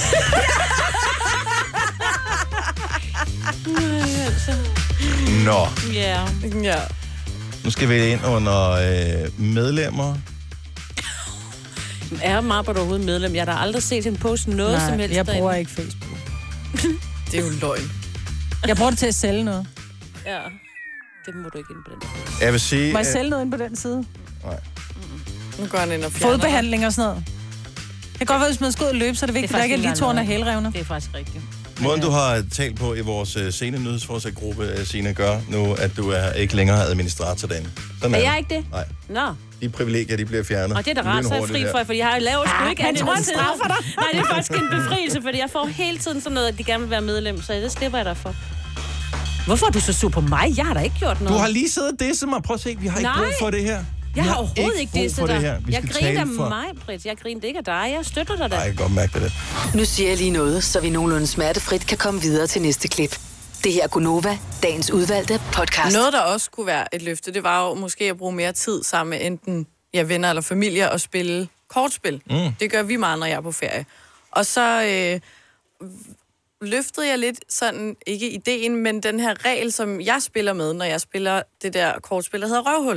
S1: Nå,
S4: Ja.
S3: Ja.
S1: nu skal vi ind under øh, medlemmer.
S4: Er Marbert overhovedet medlem? Jeg har da aldrig set hende poste noget
S2: Nej,
S4: som helst.
S2: jeg bruger
S4: derinde.
S2: ikke Facebook.
S3: Det er jo løgn.
S2: Jeg bruger det til at sælge noget.
S4: Ja. Det må du ikke ind på den.
S1: Jeg vil sige...
S2: Må jeg
S1: øh,
S2: sælge noget ind på den side?
S3: Nu går han ind og fjerner
S2: Fodbehandling og sådan noget. Det kan godt være, hvis man skal ud og løbe, så er det vigtigt, at der ikke er lige tårne af hælrevne.
S4: Det er faktisk rigtigt.
S1: Måden du har talt på i vores øh, scenenyhedsforsætgruppe, øh, Signe, gør nu, at du er ikke længere administrator derinde. Sådan
S4: Er
S1: det.
S4: jeg ikke det?
S1: Nej,
S4: Nå.
S1: de privilegier, de bliver fjernet.
S4: Og det er da rart, så er jeg
S1: Lynhurtigt
S4: fri
S1: her.
S4: for, fordi jeg har jo lavet sgu
S2: Ah,
S4: ikke
S2: han
S4: andet
S2: tror, han
S4: end-
S2: straffer dig.
S4: Nej, det er faktisk en befrielse, fordi jeg får hele tiden sådan noget, at de gerne vil være medlem, så det slipper jeg dig for. Hvorfor er du så sur på mig? Jeg har da ikke gjort noget.
S1: Du har lige siddet og disset mig. Prøv at se, vi har ikke
S4: Nej.
S1: brug for det her. Vi
S4: Jeg har overhovedet
S1: brug
S4: ikke det,
S1: for det her.
S4: der.
S1: Vi
S4: Jeg
S1: skal
S4: griner
S1: tale for-
S4: for... mig, Britt. Jeg griner ikke af dig. Jeg støtter dig da.
S1: Jeg kan godt mærke det der.
S13: Nu siger jeg lige noget, så vi nogenlunde smertefrit kan komme videre til næste klip. Det her er Gunova, dagens udvalgte podcast.
S3: Noget, der også kunne være et løfte, det var jo måske at bruge mere tid sammen med enten ja, venner eller familie og spille kortspil.
S12: Mm.
S3: Det gør vi meget, når jeg er på ferie. Og så øh, løftede jeg lidt sådan, ikke ideen, men den her regel, som jeg spiller med, når jeg spiller det der kortspil, der hedder røvhul.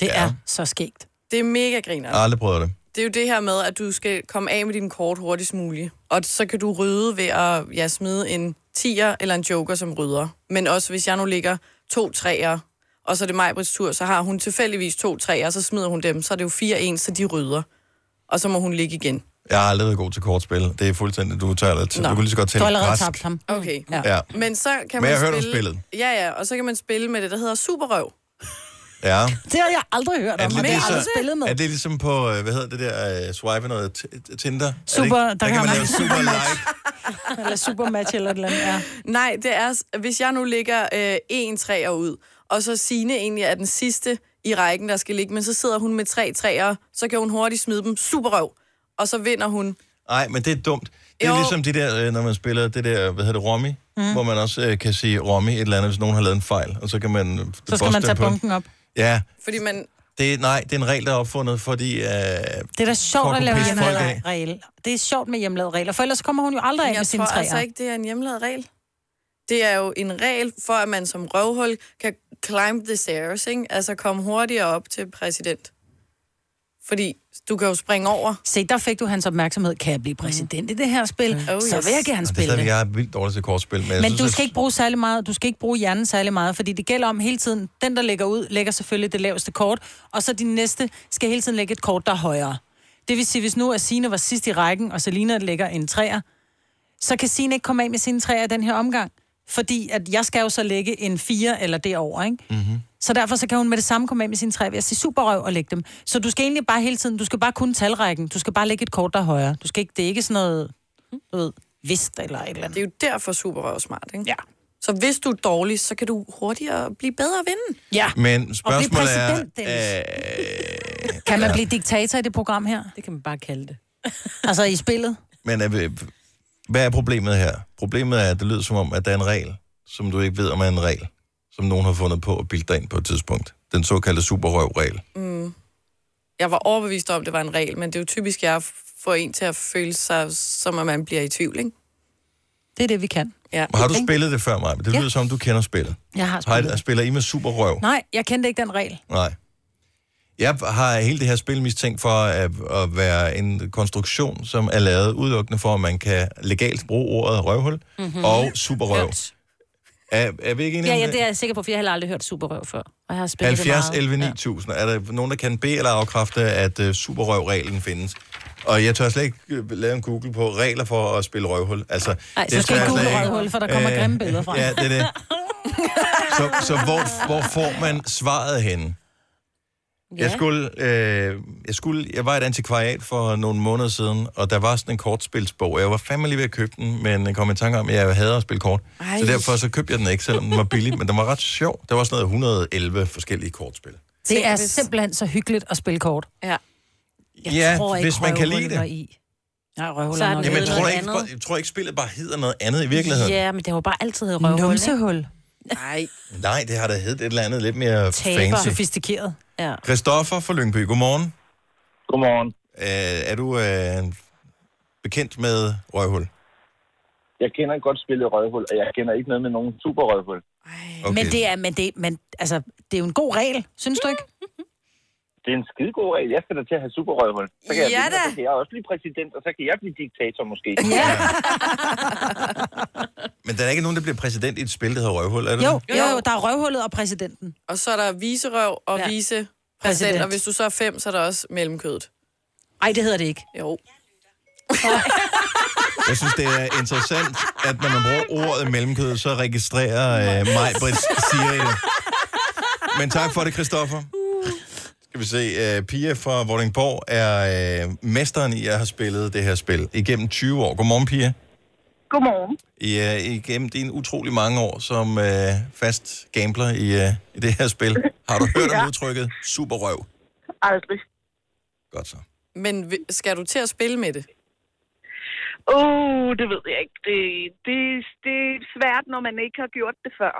S2: Det ja. er så skægt.
S3: Det er mega griner.
S1: Jeg har aldrig prøvet det.
S3: Det er jo det her med, at du skal komme af med dine kort hurtigst muligt. Og så kan du rydde ved at ja, smide en tiger eller en joker, som rydder. Men også hvis jeg nu ligger to træer, og så er det Majbrits tur, så har hun tilfældigvis to træer, og så smider hun dem, så er det jo fire en, så de rydder. Og så må hun ligge igen.
S1: Jeg har aldrig været god til kortspil. Det er fuldstændig, du tager lidt. Du
S3: Nå.
S1: kan lige så godt
S3: Du
S1: tænke
S3: har allerede
S1: rask.
S2: tabt ham.
S3: Okay.
S1: Ja. Ja.
S3: Men så
S1: Men
S3: kan man
S1: jeg har hørt
S3: spille...
S1: om spillet.
S3: Ja, ja, og så kan man spille med det, der hedder Superrøv.
S1: Ja.
S2: Det har jeg aldrig hørt
S1: Er
S2: om,
S1: det,
S2: og det har jeg
S1: ligesom,
S2: aldrig spillet med.
S1: er det ligesom på, øh, hvad hedder det der, øh, swipe noget t- t- Tinder?
S2: Super,
S1: er det, ikke-
S2: der
S1: der,
S2: kan
S1: kan man
S2: man-
S1: lave super like.
S2: Eller supermatch eller et eller andet, ja.
S3: Nej, det er, s- hvis jeg nu ligger øh, en træer ud, og så Sine egentlig er den sidste i rækken, der skal ligge, men så sidder hun med tre træer, så kan hun hurtigt smide dem superrøv, og så vinder hun.
S2: Mm.
S1: Nej, men det er dumt. Det er
S3: Jo.
S1: jo. ligesom det der, øh, når man spiller det der, hvad hedder det, Rommi, mm. hvor man også øh, kan sige Rommi et eller andet, hvis nogen har lavet en fejl, og så kan man... øh,
S2: Så
S1: boste
S2: skal man
S1: dem
S2: tage
S1: på.
S2: bunken op.
S1: Ja,
S3: Fordi man...
S1: det, er- nej, det er en regel, der er opfundet, fordi... Øh, det er
S2: Det er da sjovt at lave hjemmelavede regler. Det er sjovt med hjemmelavede regler, for ellers kommer hun jo aldrig af med
S3: Jeg
S2: sine
S3: tror
S2: træer.
S3: altså ikke, det er en hjemmelavet regel. Det er jo en regel for, at man som røvhul kan climb the stairs, ikke? altså komme hurtigere op til præsident. Fordi du kan jo springe over.
S2: Se, der fik du hans opmærksomhed. Kan jeg blive præsident i det her
S3: Mm.
S2: spil? Oh, så vil jeg gerne
S1: Og det
S2: spille
S1: er stadigvæk,
S2: det.
S1: jeg er vildt dårlig til kortspil, men, jeg
S2: Men
S1: synes,
S2: du
S1: at-
S2: skal ikke bruge særlig meget, du skal ikke bruge hjernen særlig meget, fordi det gælder om hele tiden, den der lægger ud, lægger selvfølgelig det laveste kort, og så din næste skal hele tiden lægge et kort, der er højere. Det vil sige, hvis nu at Signe var sidst i rækken, og Selina lægger en træer, så kan Signe ikke komme af med sine træer i den her omgang, fordi at jeg skal jo så lægge en fire eller derovre, ikke?
S12: Mm-hmm.
S2: Så derfor så kan hun med det samme komme af med sine træer ved at sige superrøv og lægge dem. Så du skal egentlig bare hele tiden, du skal bare kunne talrækken. Du skal bare lægge et kort, der er højere. Du skal ikke, det er ikke sådan noget, du ved, vist eller et eller andet.
S3: Det er jo derfor superrøv er smart, ikke?
S2: Ja.
S3: Så hvis du er dårlig, så kan du hurtigere blive bedre at vinde.
S2: Ja.
S1: Men spørgsmålet er...
S2: præsident,
S1: Øh,
S2: Kan man
S1: ja.
S2: blive diktator i det program her? Det kan man bare kalde det. altså i spillet?
S1: Men er, vi- hvad er problemet her? Problemet er, at det lyder som om, at der er en regel, som du ikke ved, om er en regel, som nogen har fundet på at bilde dig ind på et tidspunkt. Den såkaldte superrøvregel.
S3: Mm. Jeg var overbevist om, at det var en regel, men det er jo typisk, jeg får en til at føle sig, som om man bliver i tvivl, ikke?
S2: Det er det, vi kan.
S3: Ja.
S1: Har du spillet det før, mig? Det
S2: Ja.
S1: lyder som om, du kender spillet.
S2: Jeg har
S1: Har,
S2: spillet.
S1: spiller I med superrøv?
S2: Nej, jeg kendte ikke den regel.
S1: Nej. Jeg har hele det her spil mistænkt for at, at være en konstruktion, som er lavet udelukkende for, at man kan legalt bruge ordet røvhul
S4: Mhm.
S1: mm-hmm. og superrøv. Er, er vi ikke enige
S4: Ja,
S1: om
S4: ja, det er jeg sikker på, for jeg har heller aldrig hørt Superrøv før. Og jeg har spillet
S1: 70
S4: det meget.
S1: 11 9000. Ja. Er der nogen, der kan bede eller afkræfte, at uh, superrøvreglen findes? Og jeg tør slet ikke øh, lave en Google på regler for at spille røvhul. Altså,
S2: Ej, så
S1: det
S2: skal ikke
S1: tør jeg
S2: google
S1: slet
S2: røvhul, for der kommer
S1: Øh,
S2: grimme billeder fra.
S1: Ja, det er det. Så, så hvor, hvor får man svaret henne? Ja. Jeg, skulle, øh, jeg, skulle, jeg var i et antikvariat for nogle måneder siden, og der var sådan en kortspilsbog. og Jeg var fandme lige ved at købe den, men jeg kom i tanke om, at jeg havde at spille kort.
S16: Ej.
S1: Ej. Så derfor så købte jeg den ikke, selvom den var billig, men den var ret sjov. Der var sådan noget 111 forskellige kortspil.
S2: Det er simpelthen så hyggeligt at spille kort.
S3: Ja.
S1: Jeg Ja, tror ikke, hvis man kan lide det.
S2: Var i. Nej, røvhul
S4: Så er
S2: er
S4: den
S2: nok
S1: Jamen,
S4: ved
S1: tror
S4: noget
S1: jeg, ikke,
S4: andet.
S1: jeg tror ikke, spillet bare hedder noget andet i virkeligheden.
S4: Ja, men det har jo bare altid heddet Røvhul.
S2: Numsehul.
S3: Nej.
S1: Nej, det har da heddet et eller andet lidt mere
S4: Taber.
S1: fancy.
S2: Sofistikeret. Ja.
S1: Christoffer fra Lyngby, godmorgen.
S27: Godmorgen.
S1: Øh, er du øh, bekendt med røvhul?
S27: Jeg kender godt spillet røvhul, og jeg kender ikke noget med nogen super røvhul.
S2: Okay. Men det er, men det, men, altså, det er jo en god regel, synes du ikke?
S27: Det er en skidegod regel. Jeg skal da til at have super røvhul. Så kan, jeg
S2: Ja
S27: vinde,
S2: da.
S27: og så kan jeg også blive præsident, og så kan jeg blive diktator måske.
S2: Ja.
S1: Men der er ikke nogen, der bliver præsident i et spil, der hedder røvhul, er det
S2: Jo,
S1: det?
S2: jo, jo, der er røvhullet og præsidenten.
S3: Og så er der viserøv og ja. vise præsident,
S2: Præsident.
S3: og hvis du så er fem, så er der også mellemkødet.
S2: Ej, det hedder det ikke.
S3: Jo.
S1: Jeg synes, det er interessant, at når man bruger ordet mellemkød, så registrerer øh, mig, Britt, siger I det. Men tak for det, Christoffer. Skal vi se. Øh, Pia fra Vordingborg er øh, mesteren i at have spillet det her spil igennem 20 år. Godmorgen, Pia.
S15: Godmorgen.
S1: I er igennem dine utrolig mange år som øh, fast gambler i, øh, i det her spil. Har du hørt om
S3: Ja.
S1: udtrykket superrøv?
S15: Aldrig.
S1: Godt så.
S3: Men vi- skal du til at spille med det?
S15: Åh, oh, det ved jeg ikke. Det, det, det er svært, når man ikke har gjort det før.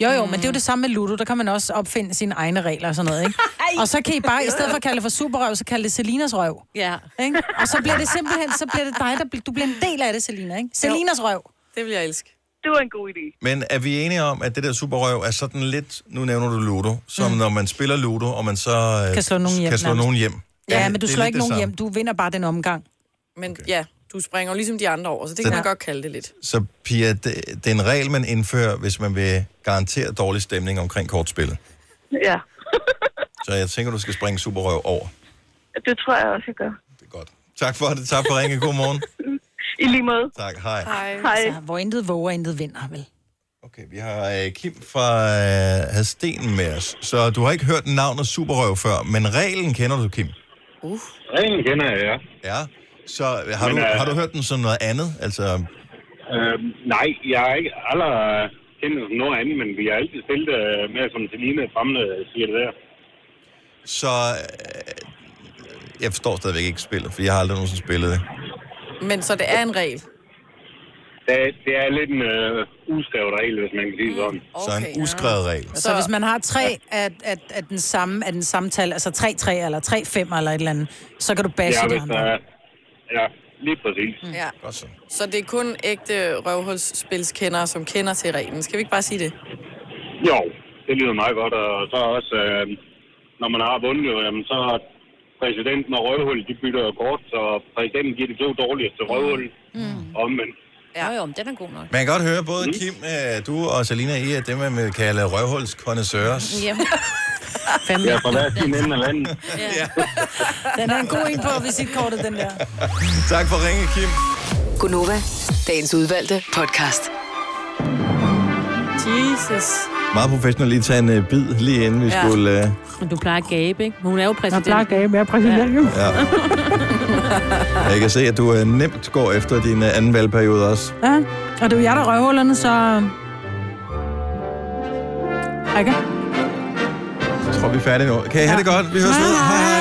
S2: Jo, jo, men
S15: Mm.
S2: det er jo det samme med Ludo. Der kan man også opfinde sine egne regler og sådan noget, ikke? Og så kan I bare, i stedet for at kalde det for superrøv, så kalde det Selinas røv.
S4: Ja.
S2: Ikke? Og så bliver det simpelthen, så bliver det dig, der bliver, du bliver en del af det, Selina, ikke? Selinas røv.
S3: Det vil jeg elske.
S15: Det det var en god idé.
S1: Men er vi enige om, at det der superrøv er sådan lidt, nu nævner du Ludo, som mm. når man spiller Ludo, og man så øh,
S2: Kan slå nogen hjem
S1: kan slå
S2: nærmest.
S1: nogen hjem.
S2: Ja,
S1: Det-
S2: men du
S1: det er
S2: slår
S1: lidt
S2: ikke
S1: det
S2: nogen
S1: samme.
S2: hjem. Du vinder bare den omgang.
S3: Men okay. ja, du springer jo ligesom de andre over, så det
S1: Så-
S3: kan man godt kalde det lidt.
S1: Så Pia, det, det er en regel, man indfører, hvis man vil garantere dårlig stemning omkring kortspillet.
S15: Ja,
S1: Så jeg tænker, du skal springe superrøv over.
S15: det tror jeg også, jeg gør.
S1: Tak for det. Tak for ringen. God morgen.
S15: I lige måde.
S1: Tak. Hej.
S15: Hej.
S2: Altså, hvor intet våger, intet vinder, vel?
S1: Okay, vi har øh, Kim fra øh, Hadsten med os. Så du har ikke hørt navnet superrøv før, men reglen kender du, Kim.
S2: Uh.
S1: Reglen kender jeg, ja. Ja. Så har,
S12: Men,
S1: du,
S12: øh,
S1: har du hørt den som noget andet? Altså,
S12: Øh, nej, jeg har ikke aldrig kendt det som noget andet, men vi har altid spillet øh, med, som Selina fremmede siger det der.
S1: så... Øh, jeg forstår stadigvæk ikke spillet, for jeg har aldrig nogensinde spillet det.
S3: Men så det er en regel.
S12: Det, det er lidt en øh, uskrevet regel, hvis man kan sige det sådan.
S1: Okay, så en uskrevet regel.
S2: Mm. Så, så Altså, hvis man har tre af, af, af den samme af den samme tal, altså 3 3 eller 3 5 eller et eller andet, så kan du bashe
S12: ja,
S2: ja, det
S12: hvis,
S2: andre.
S12: øh, ja, lige præcis.
S2: Mm.
S3: Ja.
S1: Godt så.
S3: Så det er kun ægte røvhulsspilskendere, som kender til reglen. Skal vi ikke bare sige det?
S12: Jo, det lyder meget godt, og så også, øh, når man har vundet, jo, jamen, så præsidenten og røvhul, de bytter jo kort, så præsidenten giver de to dårligste røvhul. Mm. Omvendt.
S4: Ja. Jo, jo, men den er god nok.
S1: Man kan godt høre, både Kim, øh, du og Salina, I er dem, man vil kalde røvhulskondensører.
S4: Jamen.
S12: Ja, fra hver sin ende af landet.
S2: Den er en god en på visitkortet, den der.
S1: Tak for ringe, Kim.
S13: Gunova, dagens udvalgte podcast.
S3: Jesus.
S1: Meget professionelt lige tage en øh, bid lige inden vi
S4: Ja.
S1: ja. skulle... Øh,
S4: Men du plejer at gabe, ikke? Hun er jo præsident.
S2: plejer at gabe, jeg er præsident,
S4: ja.
S1: ja. Jeg kan se, at du øh, nemt går efter din øh, anden valgperiode også.
S2: Ja, og det er jo jer, der er røvhullerne, så... Ikke?
S1: Jeg tror, vi er færdige nu. Kan I have det godt? Vi høres ved. Hej hej.